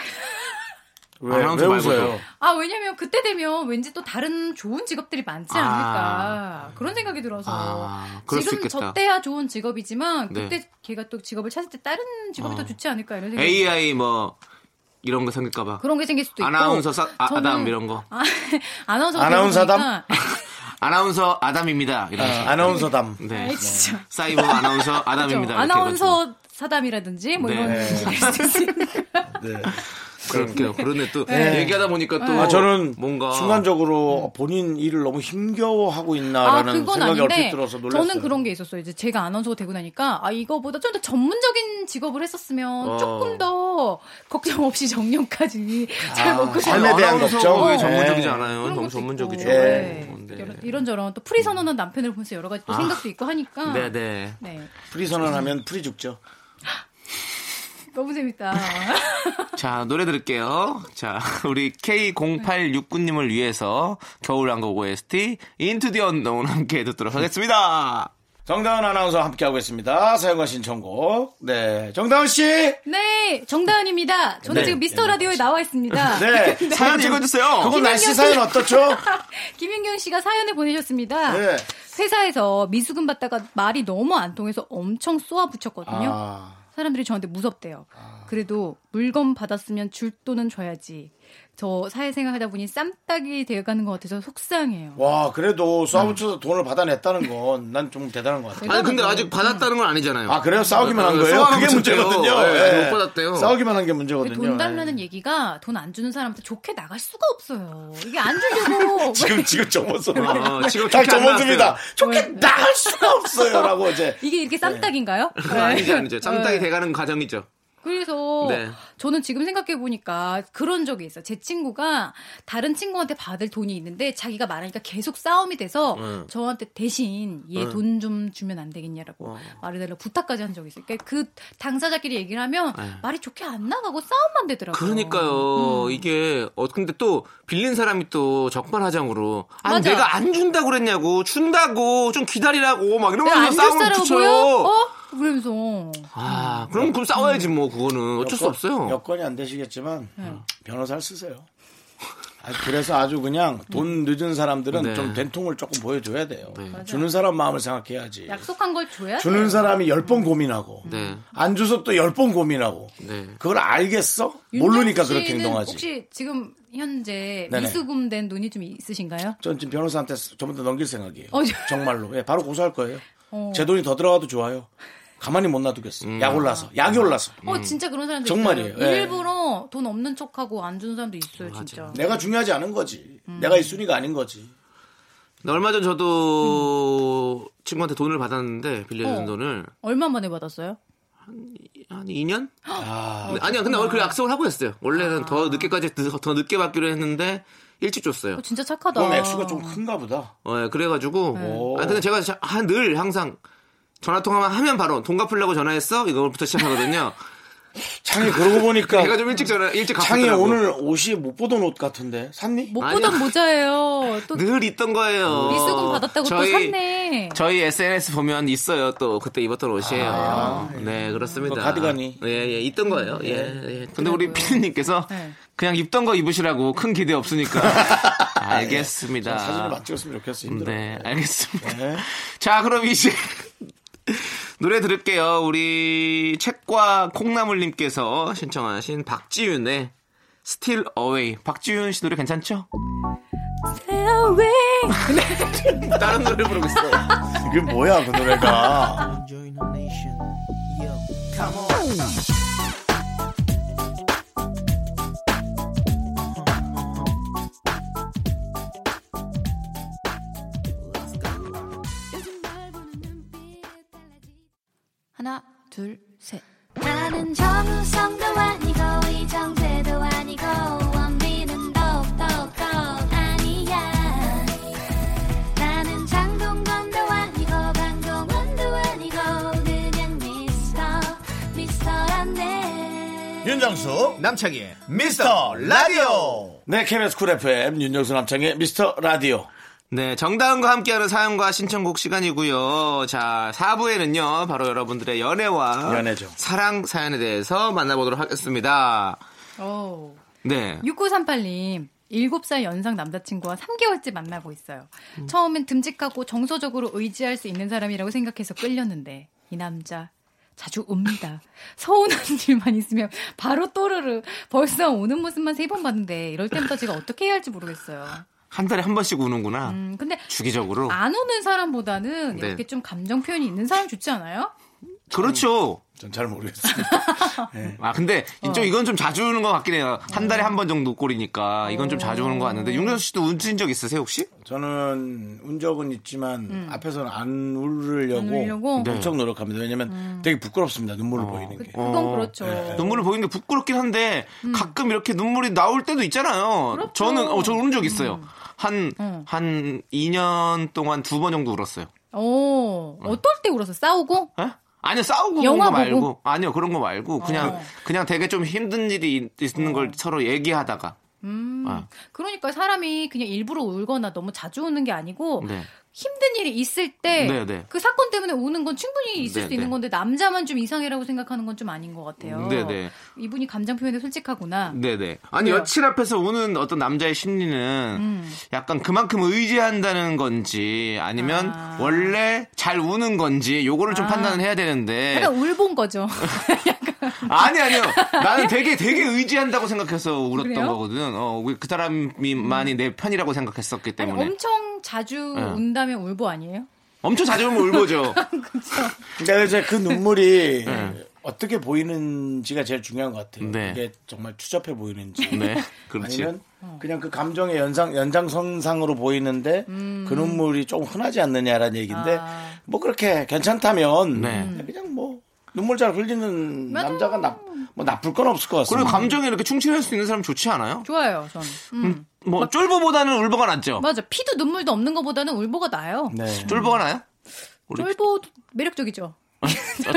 왜,
아나운서
왜
말고도.
웃어요?
아 왜냐면 그때 되면 왠지 또 다른 좋은 직업들이
아.
많지 않을까 그런 생각이 들어서
아, 그럴 수
지금
있겠다.
저때야 좋은 직업이지만
네. 어.
그때 걔가 또 직업을 찾을 때 다른 직업이 더 좋지 않을까 이런 생각이
AI 뭐 이런 거 생길까봐.
그런 게 생길 수도 있고
아나운서 사- 아,
저는-
아담 이런 거.
아, 아나운서
아나운서담?
아나운서 아담입니다. 이런 식으로.
아, 아나운서담.
네.
아 진짜
사이버 아나운서
그렇죠.
아담입니다. 이렇게 해가지고.
아나운서 사담이라든지 뭐
네.
이런
네.
그럴게요. 그런데 또 얘기하다 보니까 또
아,
어.
저는
뭔가
순간적으로 본인 일을 너무 힘겨워하고
아
있나라는
그건
생각이 얼핏
아닌데
들어서 놀랐어요.
저는 그런 게 있었어요 이제 제가 아나운서가 되고 나니까 아 이거보다 좀 더 전문적인 직업을 했었으면
어.
조금 더 걱정 없이 정년까지 잘 먹고 잘
아, 삶에 대한
아나운서가
걱정.
왜
네.
전문적이지 않아요?
그런
너무
것도
전문적이죠.
예.
있고. 네.
네.
여러- 이런저런 또 프리 선언한 남편을 보면서 여러
아.
가지 또 생각도 있고 하니까
네, 네.
네.
프리 선언하면 프리 죽죠.
너무 재밌다
자, 노래 들을게요. 자, 우리 K0869님을 위해서 겨울왕국 OST 인투 디 언더운 함께 듣도록 하겠습니다.
정다은 아나운서 함께하고 있습니다. 사용하신 전곡. 네. 정다은 씨!
네 정다은입니다 저는
네.
지금 미스터 라디오에 나와 있습니다
네.
사연 읽어주세요.
그건 날씨 사연 어떻죠?
김윤경 씨가 사연을 보내셨습니다.
네.
회사에서 미수금 받다가 말이 너무 안 통해서 엄청 쏘아붙였거든요.
아,
사람들이 저한테 무섭대요. 그래도 물건 받았으면 줄 돈은 줘야지. 저 사회생활 하다 보니 쌈딱이 되어가는 것 같아서 속상해요.
와, 그래도 싸움쳐서 돈을 받아냈다는 건 난 좀 대단한 것 같아요.
아니, 근데 아직 받았다는 건 아니잖아요.
아, 그래요? 싸우기만 한
어,
거예요?
싸우면
그게
붙였대요.
문제거든요.
네,
예.
못 받았대요.
싸우기만 한 게 문제거든요. 네. 예.
돈 달라는 얘기가 돈 안 주는 사람한테 좋게 나갈 수가 없어요. 이게 안 주려고.
지금, 지금 접었어.
어, 지금
딱
좋게 안
접었습니다.
나왔어요.
좋게 나갈 수가 없어요. 라고 이제.
이게 이렇게 쌈딱인가요?
네.
네.
그건 아니죠, 아니죠. 쌈딱이 돼가는 과정이죠.
그래서
네.
저는 지금 생각해 보니까 그런 적이 있어. 요제 친구가 다른 친구한테 받을 돈이 있는데 자기가 말하니까 계속 싸움이 돼서
응.
저한테 대신 얘 돈 좀 주면 안 되겠냐라고
와.
말해달라 고 부탁까지 한 적이 있어요. 그러니까 그 당사자끼리 얘기를 하면
네.
말이 좋게 안 나가고 싸움만 되더라고요.
그러니까요.
음.
이게 어 근데 또 빌린 사람이 또 적반하장으로 아
맞아.
내가 안 준다고 그랬냐고 준다고 좀 기다리라고 막 이러면서
네, 안 줄
싸움을
사람
붙여요.
보여? 어? 그러면서
아 그럼 그럼 싸워야지 뭐 그거는 어쩔 수
여건-
없어요.
여건이 안 되시겠지만
네.
변호사를 쓰세요. 아, 그래서 아주 그냥
음.
돈 늦은 사람들은
네.
좀 된통을 조금 보여줘야 돼요.
맞아요.
주는 사람 마음을 생각해야지.
약속한 걸 줘야
주는 사람이 열 번 고민하고
네.
안 줘서 또 열 번 고민하고
네.
그걸 알겠어?
윤정
모르니까 그렇게
씨는
행동하지.
혹시 지금 현재
네네.
미수금 된 돈이 좀 있으신가요?
전 지금 변호사한테 전부 다 넘길 생각이에요.
어, 저-
정말로. 예, 바로 고소할 거예요.
어.
제 돈이 더 들어가도 좋아요. 가만히 못 놔두겠어.
음.
약 올라서. 약이 올라서.
어 진짜 그런 사람도
음. 정말이에요.
있어요.
예.
일부러 돈 없는 척하고 안 주는 사람도 있어요, 진짜.
내가 중요하지 않은 거지.
음.
내가 이 순위가 아닌 거지.
근데 얼마 전 저도 친구한테 돈을 받았는데 빌려준
어.
돈을
얼마 만에 받았어요?
한 2년? 아, 니야 근데 원래 그 약속을 하고 했어요. 원래는
아.
더 늦게까지 늦- 더 늦게 받기로 했는데 일찍 줬어요.
어, 진짜 착하다.
그럼 액수가 좀 큰가 보다.
어, 예, 그래가지고
오.
네.
아 근데 제가 자- 하- 늘 항상 전화 통화만 하면 바로 돈 갚으려고 전화했어 이거부터 시작하거든요.
창이 그러고 보니까
제가 좀 일찍 전화 일찍
창이
갚았더라고.
오늘 옷이 못 보던 옷 같은데 샀니?
못
아니요.
보던 모자예요.
그-
또
늘 있던 거예요.
미수금 받았다고 또 샀네.
저희 SNS 보면 있어요. 또 그때 입었던 옷이에요. 네, 그렇습니다.
그 아, 가디건이. 네.
예, 예, 있던 거예요. 예, 예. 근데 우리 피디님께서
네.
그냥 입던 거 입으시라고 큰 기대 없으니까.
저
알겠습니다.
아, 예. 사진을 만 찍었으면 좋겠어. 힘들어.
네, 알겠습니다.
네.
자, 그럼 이제 노래 들을게요. 우리 책과 콩나물님께서 신청하신 박지윤의 Still Away. 박지윤 씨 노래 괜찮죠?
Stay away.
다른 노래 부르고 있어요.
이게 뭐야 그 노래가.
하나, 둘, 셋.
나는 정우성도 아니고 이정재도 아니고 원빈은 더욱더 아니야 나는 장동건도 아니고 강동원도 아니고 그냥 미스터 미스터란데
윤정수 남창희의 미스터 라디오
네, KBS 쿨 FM 윤정수 남창의 미스터 라디오.
네, 정다은과 함께하는 사연과 신청곡 시간이고요. 자, 4부에는요, 바로 여러분들의 연애와
연애죠.
사랑 사연에 대해서 만나보도록 하겠습니다.
오.
네.
6938님. 7살 연상 남자친구와 3개월째 만나고 있어요. 처음엔 듬직하고 정서적으로 의지할 수 있는 사람이라고 생각해서 끌렸는데 이 남자 자주 옵니다. 서운한 일만 있으면 바로 또르르 벌써 오는 모습만 세 번 봤는데 이럴 때부터 제가 어떻게 해야 할지 모르겠어요.
한 달에 한 번씩 우는구나.
음, 아, 근데
주기적으로.
안 오는 사람보다는
네.
이렇게 좀 감정 표현이 있는 사람 좋지 않아요?
그렇죠.
전 잘 모르겠어요.
아, 근데
어.
좀 이건 좀 자주 우는 것 같긴 해요. 한
네.
달에 한 번 정도 꼴이니까 이건 좀 자주 우는 것
음.
같는데 윤정수 씨도 운친 적 있으세요, 혹시?
저는 운 적은 있지만 앞에서는 안 울으려고,
안 울려고?
엄청 노력합니다. 왜냐면 되게 부끄럽습니다. 눈물을 보이는 게.
그건 그렇죠.
눈물을 보이는 게 부끄럽긴 한데 가끔 이렇게 눈물이 나올 때도 있잖아요.
음. 그렇죠. 음. 네.
저는 어, 저 우는 적 있어요. 한 한 2년 동안 두 번 정도 울었어요.
오, 어떨 때 울어서 싸우고?
에? 아니요 싸우고 그런
영화
거
보고? 어.
말고 아니요 그런 거 말고 그냥 그냥 되게 좀 힘든 일이 있- 있는 걸 서로 얘기하다가 아,
그러니까 사람이 그냥 일부러 울거나 너무 자주 우는 게 아니고
네.
힘든 일이 있을 때
네,
그
네.
사건 때문에 우는 건 충분히 있을
네,
수
네.
있는 건데 남자만 좀 이상해라고 생각하는 건 좀 아닌 것 같아요.
네, 네.
이분이 감정 표현에 솔직하구나.
네네 아니
왜요? 음.
여친 앞에서 우는 어떤 남자의 심리는 약간 그만큼 의지한다는 건지 아니면
아.
원래 잘 우는 건지 요거를 좀 판단을 해야 되는데
약간 울본 거죠. 약간
아니 아니요. 나는 되게 되게 의지한다고 생각해서 울었던
그래요? 음.
거거든. 어, 그 사람이 많이 내 편이라고 생각했었기
아니,
때문에.
엄청 자주
네.
운다면 울보 아니에요?
엄청 자주 울면 울보죠.
근데 이제 그 눈물이 어떻게 보이는지가 제일 중요한 것 같아요.
네.
이게 정말 추접해 보이는지.
네. 그렇지.
아니면
어.
그냥 그 감정의 연상 연장선상으로 보이는데 그 눈물이 조금 흔하지 않느냐라는 얘기인데
음. 아.
뭐 그렇게 괜찮다면
네.
그냥 뭐 눈물 잘 흘리는
맞아요.
남자가 나, 뭐 나쁠 건 없을 것
그리고
같습니다.
감정에 이렇게 충실할 수 있는 사람 좋지 않아요?
좋아요, 저는. 음.
뭐 쫄보보다는 울보가 낫죠.
맞아. 피도 눈물도 없는 것보다는 울보가 나아요.
네.
쫄보가 나요? 우리
쫄보 매력적이죠.
아,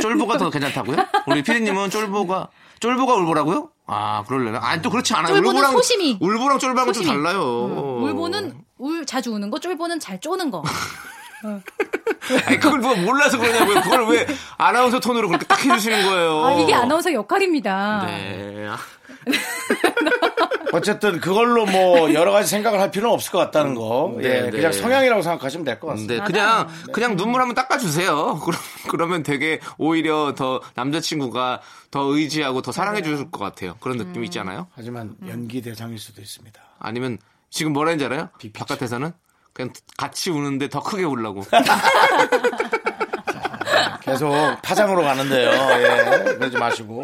쫄보가 더 괜찮다고요? 우리 피디님은 쫄보가 쫄보가 울보라고요? 아 그럴래나? 아니 또 그렇지 않아요.
쫄보는
울보랑
소심이.
울보랑 쫄보랑 좀
소심이.
달라요.
울보는 울 자주 우는 거, 쫄보는 잘 쪼는 거.
아니 그걸 뭐 몰라서 그러냐고요. 그걸 왜 아나운서 톤으로 그렇게 딱 해주시는 거예요?
아, 이게 아나운서 역할입니다.
어. 네. 아,
어쨌든 그걸로 뭐 여러 가지 생각을 할 필요는 없을 것 같다는 거.
네,
예,
네.
그냥 성향이라고 생각하시면 될 것 같습니다.
네, 그냥 그냥 눈물 한번 닦아주세요. 그럼 그러면 되게 오히려 더 남자친구가 더 의지하고 더 사랑해 줄 것 같아요. 그런 느낌 이 있잖아요.
하지만
음.
연기 대상일 수도 있습니다.
아니면 지금 뭐라 했는지 알아요?
비피죠.
바깥에서는 그냥 같이 우는데 더 크게 울라고.
계속 파장으로 가는데요. 예, 그러지 마시고.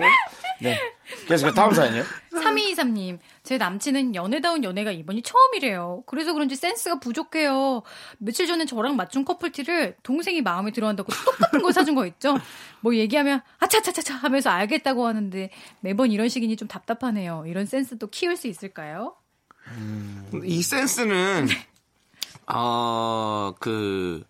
네. 계속 다음 사연이요.
3223님, 제 남친은 연애다운 연애가 이번이 처음이래요. 그래서 그런지 센스가 부족해요. 며칠 전에 저랑 맞춘 커플티를 동생이 마음에 들어 한다고 똑같은 걸 사준 거 있죠? 뭐 얘기하면, 아차차차차 하면서 알겠다고 하는데, 매번 이런 식이니 좀 답답하네요. 이런 센스도 키울 수 있을까요?
이 센스는
네.
어, 어그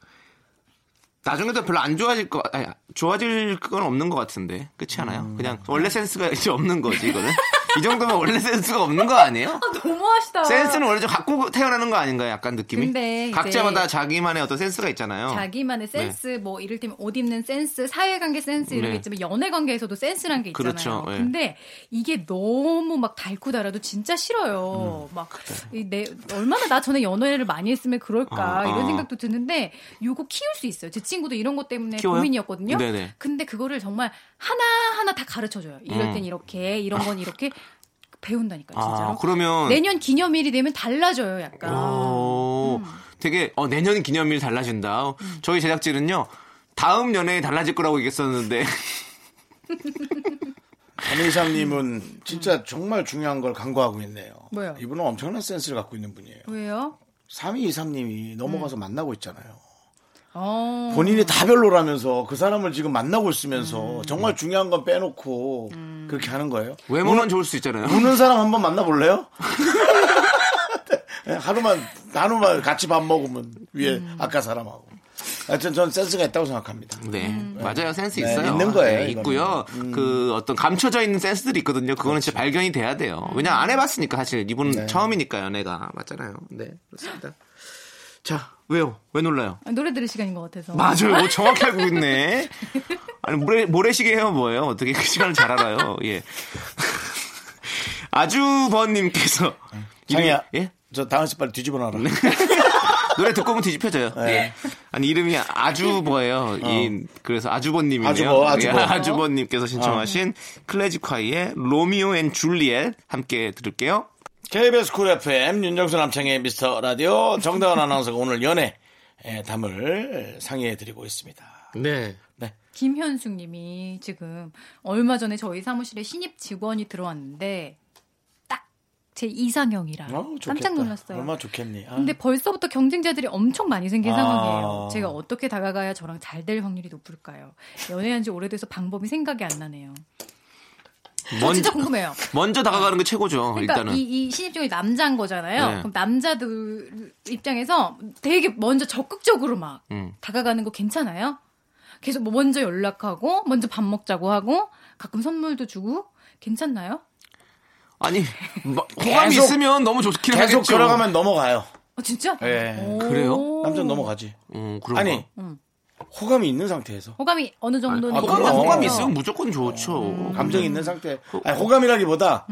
나중에도 별로 안 좋아질 거 아니 좋아질 건 없는 것 같은데 그렇지 않아요? 그냥 원래 센스가 이제 없는 거지 이거는 이 정도면 원래 센스가 없는 거 아니에요?
너무하시다.
센스는 원래 좀 갖고 태어나는 거 아닌가요? 약간 느낌이
근데 이제
각자마다 자기만의 어떤 네. 센스가 있잖아요.
자기만의 센스, 뭐 이를테면 옷 입는 센스, 사회관계 센스 이런
네.
게 있지만 연애관계에서도 센스란 게 있잖아요.
그렇죠, 예.
근데 이게 너무 막 달고 달아도 진짜
음,
싫어요. 막 내 얼마나 나 전에 연애를 많이 했으면 그럴까
아,
이런
아.
생각도 드는데 요거 키울 수 있어요. 제 친구도 이런 것 때문에
키워요?
고민이었거든요.
네네.
근데 그거를 정말 하나 하나 다 가르쳐 줘요. 이럴 땐 이렇게, 이런 건 이렇게 배운다니까요, 진짜로.
음. 아 그러면
내년 기념일이 되면 달라져요, 약간.
오, 되게 어, 내년 기념일 달라진다.
음.
저희 제작진은요 다음 연애에 달라질 거라고 얘기했었는데
한의상님은 진짜 정말 중요한 걸 강구하고 있네요.
뭐요?
이분은 엄청난 센스를 갖고 있는 분이에요.
왜요?
3223님이 넘어가서
음.
만나고 있잖아요.
어.
본인이 다 별로라면서 그 사람을 지금 만나고
음.
있으면서 정말 중요한 건 빼놓고 그렇게 하는 거예요.
외모는 좋을 수 있잖아요.
우는 사람 한번 만나볼래요? 네, 하루만 하루만 같이 밥 먹으면 위에
음.
아까 사람하고. 하여튼 전 센스가 있다고 생각합니다.
네, 맞아요. 센스
네,
있어요.
있는 음. 그렇죠. 거예요,
네, 있고요. 그 어떤 감춰져 있는 센스들이 있거든요. 그거는 진짜 발견이 돼야 돼요. 왜냐 안 해봤으니까 사실 이분
네.
은 처음이니까 연애가 맞잖아요. 네, 그렇습니다. 자, 왜요? 왜 놀라요?
아, 노래 들을 시간인 것 같아서.
맞아요. 어, 정확히 알고 있네. 아니, 모래, 모래시계예요 뭐예요? 어떻게 그 시간을 잘 알아요? 예. 아주버님께서.
장이야.
이름이- 예?
저 다은 씨 빨리 뒤집어 놔라.
노래 듣고 오면 뒤집혀져요.
네.
예. 아니, 이름이 아주버예요. 이, 그래서 아주버님이네요.
어. 아주버, 어. 아주버.
님께서 신청하신 클래지콰이의 로미오 앤 줄리엣 함께 들을게요.
KBS 쿨 FM 윤정수 남창의 미스터 라디오 정다은 아나운서가 오늘 연애 에, 담을 상의해 드리고 있습니다.
네.
김현숙 님이 지금 얼마 전에 저희 사무실에 신입 직원이 들어왔는데 딱 제 이상형이라
어, 좋겠다.
깜짝 놀랐어요.
얼마나 좋겠니? 아.
근데 벌써부터 경쟁자들이 엄청 많이 생긴
아.
상황이에요. 제가 어떻게 다가가야 저랑 잘 될 확률이 높을까요? 연애한 지 오래돼서 방법이 생각이 안 나네요. 저
먼저,
진짜 궁금해요.
먼저 다가가는 게 최고죠,
그러니까
어, 일단은.
이, 이 신입종이 남자인 거잖아요.
네.
그럼 남자들 입장에서 되게 먼저 적극적으로 막
음.
다가가는 거 괜찮아요? 계속 뭐 먼저 연락하고 먼저 밥 먹자고 하고 가끔 선물도 주고 괜찮나요?
아니, 뭐, 호감이
계속-
있으면 너무 좋긴 하겠죠.
계속 들어가면 넘어가요.
어 진짜?
예.
오.
그래요?
남자 는 넘어가지.
음, 그런가?
아니 호감이 있는 상태에서
호감이 어느 정도는
아,
그럼, 음,
호감,
있어요?
호감이 있으면 무조건 좋죠.
감정이 있는 상태. 아니, 호감이라기보다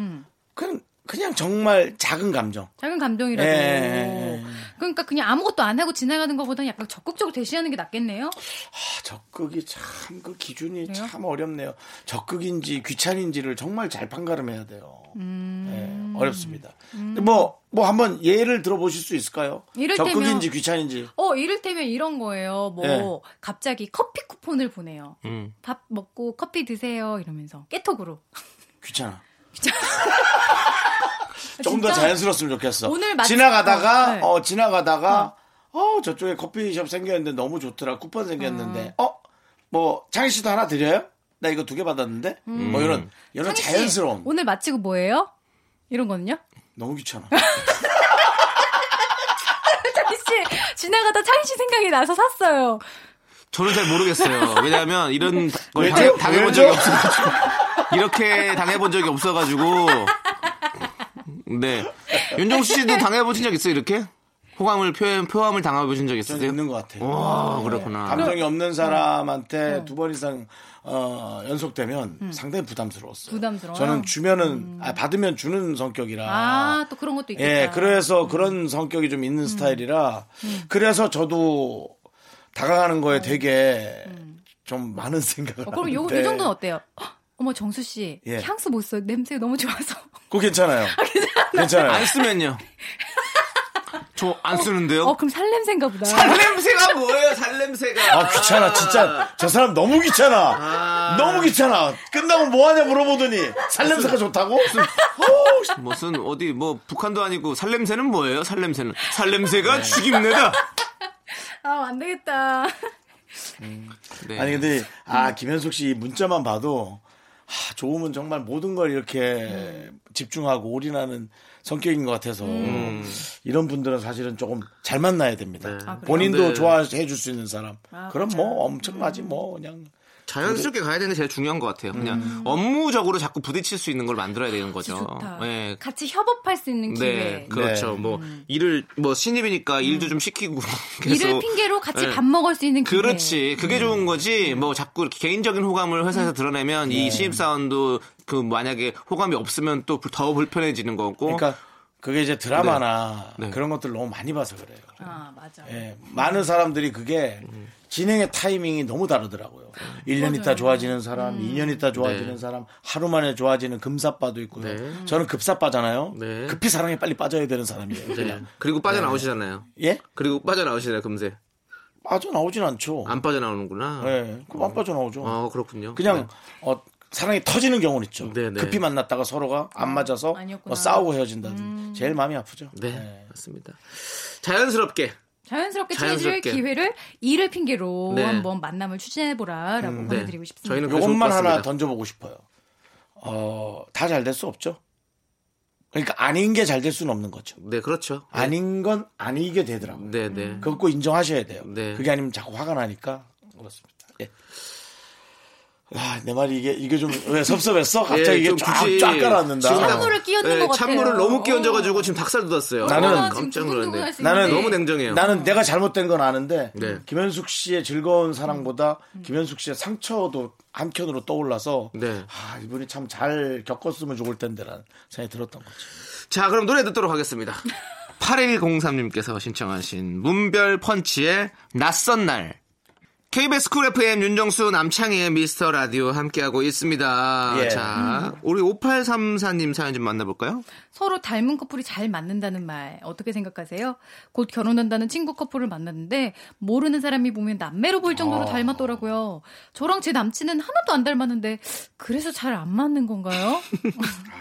그냥 그냥 정말 작은 감정.
음. 작은 감정이라도.
예, 예, 예.
그러니까 그냥 아무것도 안 하고 지나가는 것보다는 약간 적극적으로 대시하는 게 낫겠네요.
아, 적극이 참 그 기준이 참 어렵네요. 적극인지 귀찮인지를 정말 잘 판가름해야 돼요.
음.
예, 어렵습니다. 근데 뭐, 뭐 한번 예를 들어보실 수 있을까요?
이를테면-
적극인지 귀찮인지.
어 이를테면 이런 거예요. 뭐
예.
갑자기 커피 쿠폰을 보내요.
음.
밥 먹고 커피 드세요 이러면서 깨톡으로.
귀찮아.
아,
조금 더
진짜?
자연스러웠으면 좋겠어.
오늘 마치-
지나가다가,
어, 네.
어, 지나가다가, 어,
아.
저쪽에 커피숍 생겼는데 너무 좋더라. 쿠폰 생겼는데, 어, 뭐, 장희 씨도 하나 드려요? 나 이거 두 개 받았는데? 뭐 이런, 이런
창희 씨,
자연스러운.
오늘 마치고 뭐예요? 이런 거는요?
너무 귀찮아.
창희 씨 지나가다 창희 씨 생각이 나서 샀어요.
저는 잘 모르겠어요. 왜냐하면 이런
네.
걸
왜죠?
당해, 당해본
왜죠?
적이 없어가지고 이렇게 당해본 적이 없어가지고 네 윤종수 씨도 당해보신 적 있어요 이렇게 호감을 표현 표함을 당해보신 적
전
있으세요?
있는 뭐, 것 같아요.
와 그렇구나.
감정이 없는 사람한테
네.
두 번 이상 어, 연속되면 상당히 부담스러웠어요.
음. 부담스러워요? 음.
저는 주면은 아, 받으면 주는 성격이라.
아 음. 또 그런 것도 있겠다.
예, 그래서 그런 성격이 좀 있는 스타일이라
음.
그래서 저도 다가가는 거에 되게 좀 많은 생각을
음. 어, 그럼 요,
하는데
요 정도는 어때요? 헉, 어머 정수 씨
네. 예.
향수 못 써. 냄새가 너무 좋아서.
그거 괜찮아요. 괜찮아요.
안 쓰면요. 저 안 쓰는데요.
어 그럼 살냄새인가 보다.
살냄새가 뭐예요? 살냄새가.
아 귀찮아 진짜 저 사람 너무 귀찮아 너무 귀찮아 끝나고 뭐하냐 물어보더니 살냄새가 좋다고 어우, 씨.
무슨 어디 뭐 북한도 아니고 살냄새는 뭐예요? 살냄새는 살냄새가 죽임내다.
아 안 되겠다.
네.
아니 근데 아 김현숙 씨 문자만 봐도 하, 좋으면 정말 모든 걸 이렇게 집중하고 올인하는 성격인 것 같아서 이런 분들은 사실은 조금 잘 만나야 됩니다. 본인도
음. 네.
아, 좋아해 줄 수 있는 사람. 그럼 뭐 엄청나지 뭐
음.
그냥
자연스럽게 가야 되는 게 제일 중요한 것 같아요. 그냥 업무적으로 자꾸 부딪힐 수 있는 걸 만들어야 되는 거죠.
아, 좋다.
네.
같이 협업할 수 있는 기회. 음.
네, 그렇죠. 뭐 일을 뭐 신입이니까 일도 좀 시키고 계속
일을 핑계로 같이
네.
밥 먹을 수 있는 기회.
그렇지. 그게 좋은 거지. 뭐 자꾸 이렇게 개인적인 호감을
음.
회사에서 드러내면 이 신입사원도 그 만약에 호감이 없으면 또 더 불편해지는 거고.
그러니까 그게 이제 드라마나
어? 네. 네.
그런 것들 너무 많이 봐서 그래요.
아 맞아.
예, 많은 사람들이 그게 진행의 타이밍이 너무 다르더라고요. 1년 있다 좋아지는 사람, 2년 있다 좋아지는
네.
사람, 하루 만에 좋아지는 금사빠도 있고요. 저는 급사빠잖아요.
네.
급히 사랑에 빨리 빠져야 되는 사람이에요.
네.
그냥.
그리고 빠져나오시잖아요.
예?
그리고 빠져나오시잖아요, 금세.
빠져나오진 않죠.
안 빠져나오는구나.
예, 그럼 안 빠져나오죠.
아, 그렇군요.
그냥 어, 사랑이 터지는 경우는 있죠.
네, 네.
급히 만났다가 서로가 안 맞아서
아니었구나.
어, 싸우고 헤어진다든지. 제일 마음이 아프죠.
네.
예.
네. 맞습니다. 자연스럽게.
자연스럽게 친해질
자연스럽게.
기회를 일을 핑계로
네.
한번 만남을 추진해보라라고
네.
권해드리고 싶습니다.
저희는 그게 좋을
요것만
것
하나
같습니다.
던져보고 싶어요. 어, 다 잘 될 수 없죠. 그러니까 아닌 게 잘 될 수는 없는 거죠.
네, 그렇죠.
아닌 건 아니게 되더라고요.
네, 네.
그거 꼭 인정하셔야 돼요.
네.
그게 아니면 자꾸 화가 나니까 그렇습니다. 예. 아, 내 말이 이게 이게 좀 왜 섭섭했어? 갑자기
예,
이게
좀 굳이
쫙쫙 깔아놓는다. 어.
지금 딱-
찬물을 끼얹는
네,
것 같아요.
찬물을 너무 끼얹어가지고 지금 닭살 돋았어요.
나는-
어,
지금
깜짝
두근두근
놀랐네.
할수 있는데.
나는
너무 냉정해요.
나는 내가 잘못된 건 아는데
네.
김현숙 씨의 즐거운 사랑보다 김현숙 씨의 상처도 한 켠으로 떠올라서
네.
아 이분이 참 잘 겪었으면 좋을 텐데라는 생각이 들었던 거죠.
자, 그럼 노래 듣도록 하겠습니다. 8103님께서 신청하신 문별 펀치의 낯선 날. KBS 쿨 FM 윤정수 남창희의 미스터 라디오 함께하고 있습니다.
예.
자, 우리 5834님 사연 좀 만나볼까요?
서로 닮은 커플이 잘 맞는다는 말 어떻게 생각하세요? 곧 결혼한다는 친구 커플을 만났는데 모르는 사람이 보면 남매로 보일 정도로
아.
닮았더라고요. 저랑 제 남친은 하나도 안 닮았는데 그래서 잘 안 맞는 건가요?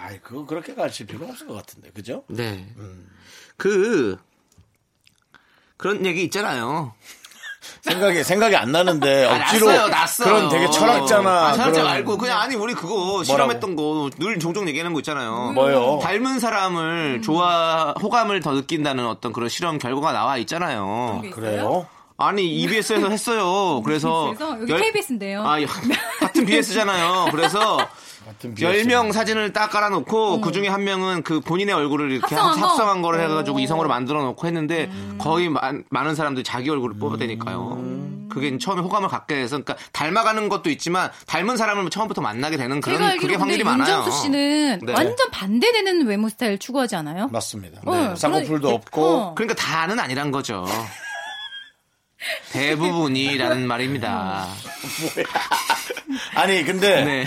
아이 그거 그렇게 가르칠 필요는 없을 것 같은데 그죠?
네.
음.
그, 그런 얘기 있잖아요.
생각이 생각이 안 나는데
아,
억지로
났어요, 났어요.
그런 되게 철학자나
아, 철학자
그런-
말고 그냥 아니 우리 그거 실험했던 거 늘 종종 얘기하는 거 있잖아요.
음. 뭐요? 음.
닮은 사람을 좋아 호감을 더 느낀다는 어떤 그런 실험 결과가 나와 있잖아요.
그래요?
아니 EBS에서 했어요. 그래서
그래서 여기 KBS인데요.
아, 여- 같은 BS잖아요. 그래서
같은 비어있는-
10명 사진을 딱 깔아놓고 그 중에 한 명은 그 본인의 얼굴을 이렇게
어. 합성한
합성한,
거?
거를 해가지고
오. 음.
이성으로 만들어 놓고 했는데 거의 많, 많은 사람들이 자기 얼굴을 뽑아대니까요. 그게 처음에 호감을 갖게 해서 그러니까 닮아가는 것도 있지만 닮은 사람을 처음부터 만나게 되는
제가
그런 그게
알기로 근데
확률이 많아요.
윤정수 씨는
네.
완전 반대되는 외모 스타일 추구하지 않아요?
맞습니다.
어,
네. 쌍꺼풀도
그런-
없고
어.
그러니까 다는 아니란 거죠. 대부분이라는 말입니다.
아니 근데
네.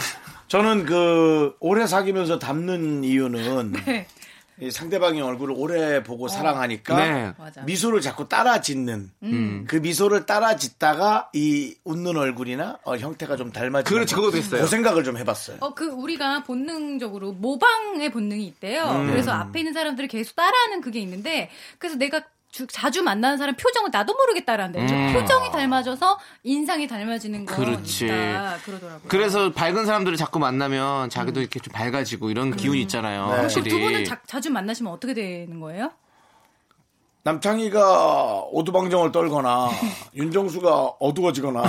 저는 그 오래 사귀면서 닮는 이유는
네. 어.
이 상대방의 얼굴을 오래 보고 사랑하니까
네.
맞아. 음.
미소를 자꾸 따라 짓는 그 미소를 따라 짓다가 이 웃는 얼굴이나 어, 형태가 좀 닮아지는
그렇지, 그것도 있어요.
그 생각을 좀 해봤어요.
어, 그, 우리가 본능적으로
음.
모방의 본능이 있대요. 그래서 앞에 있는 사람들을 계속 따라하는 그게 있는데, 그래서 내가 주- 자주 만나는 사람 표정은 나도 모르겠다라는데
음.
표정이 닮아져서 인상이 닮아지는 거
그렇지.
있다 그러더라고요.
그래서 밝은 사람들을 자꾸 만나면 자기도 이렇게 좀 밝아지고 이런 기운이 있잖아요.
네.
그럼
확실히.
두 분은 자, 자주 만나시면 어떻게 되는 거예요?
남창희가 오두방정을 떨거나 윤정수가 어두워지거나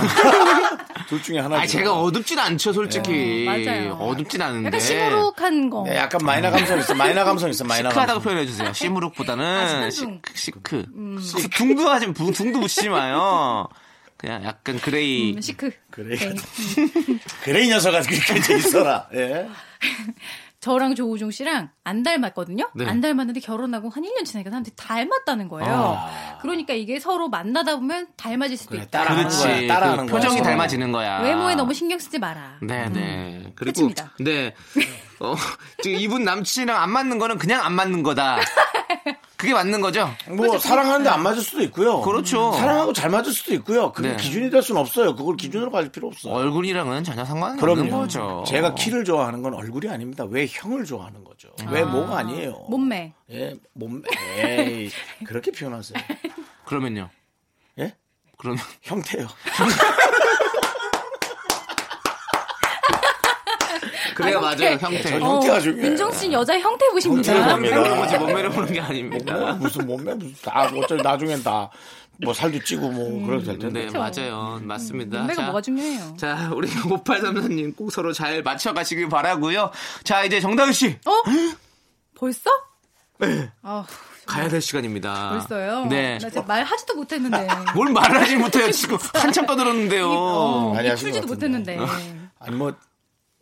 둘 중에 하나죠.
아, 제가 어둡진 않죠, 솔직히.
네. 맞아요.
어둡진 않은데.
약간 시무룩한 거.
네, 약간 마이너 감성 있어. 마이너 감성 있어. 마이너
시크하다고
감성.
표현해주세요. 시무룩보다는
아, 시크둥. 음.
시크. 시크. 중도 하지, 부- 중도 붙이지 마요. 그냥 약간 그레이.
음, 시크.
그래.
네.
그래 이 녀석아 그렇게 돼 있어라. 예.
저랑 조우종 씨랑 안 닮았거든요.
네.
안 닮았는데 결혼하고 한 1년 지나니까 사람들이 닮았다는 거예요. 그러니까 이게 서로 만나다 보면 닮아질 수도 있다.
따라하는
아. 그렇지.
거야. 따라하는
그
거야. 어. 음.
표정이
서로.
닮아지는 음. 거야.
외모에 너무 신경 쓰지 마라.
네네. 그리고
끝입니다.
네. 어, 지금 이분 남친이랑 안 맞는 거는 그냥 안 맞는 거다. 그게 맞는 거죠? 네.
뭐 사랑하는데 안 맞을 수도 있고요.
그렇죠.
사랑하고 잘 맞을 수도 있고요. 그게
네.
기준이 될 수는 없어요. 그걸 기준으로 가질 필요 없어요.
얼굴이랑은 전혀 상관없는
그럼요.
거죠.
제가 키를 좋아하는 건 얼굴이 아닙니다. 왜 형을 좋아하는 거죠. 왜 뭐가 아니에요.
몸매.
예, 몸매. 에이, 그렇게 표현하세요.
그러면요.
예?
그러면
형태요.
그래요 맞아요 형태.
전 형태가 중요해요.
어, 민정 씨는 여자 형태
형태를
보십니다.
봅니다.
몸매를 보지 몸매를 보는 게
뭐,
아닙니다.
무슨 몸매 무슨 다 어차피 나중엔 다 뭐 살도 찌고
음.
뭐 그래도 될 텐데.
네 맞아요 맞습니다.
몸매가
자,
뭐가 중요해요.
자 우리 5834님 꼭 서로 잘 맞춰가시길 바라고요. 자 이제 정다은 씨
어? 벌써?
네.
아,
가야 될 시간입니다.
벌써요?
네.
나 지금 말 하지도 못했는데.
뭘 말을 하지 못해요 지금 한참 떠들었는데요.
어,
많이 하신
입출지도
것 같은데.
못했는데. 네.
아니 뭐,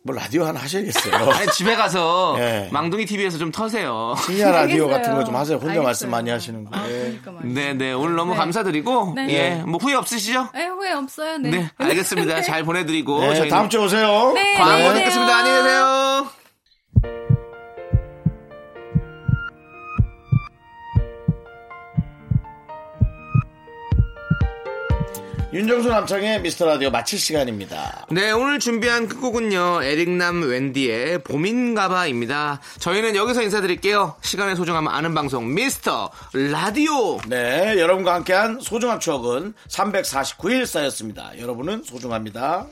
뭐 라디오 하나 하셔야겠어요.
아니 집에 가서
예.
망둥이 TV에서 좀 터세요.
심야 라디오
알겠어요.
같은 거 좀 하세요. 혼자
알겠어요.
말씀 많이 하시는 거. 예.
그러니까 말이죠.
네, 네. 오늘 너무
네.
감사드리고
네.
예. 뭐 후회 없으시죠?
에, 후회 없어요. 네.
네. 알겠습니다. 잘 보내 드리고
네,
저희
다음 주에 오세요.
네,
광고
안녕히 계세요.
듣겠습니다. 안녕히 계세요.
네.
윤정수 남창의 미스터 라디오 마칠 시간입니다.
네, 오늘 준비한 끝곡은요. 에릭남 웬디의 봄인가봐입니다. 저희는 여기서 인사드릴게요. 시간의 소중함 아는 방송 미스터 라디오.
네, 여러분과 함께한 소중한 추억은 349일 쌓였습니다. 여러분은 소중합니다.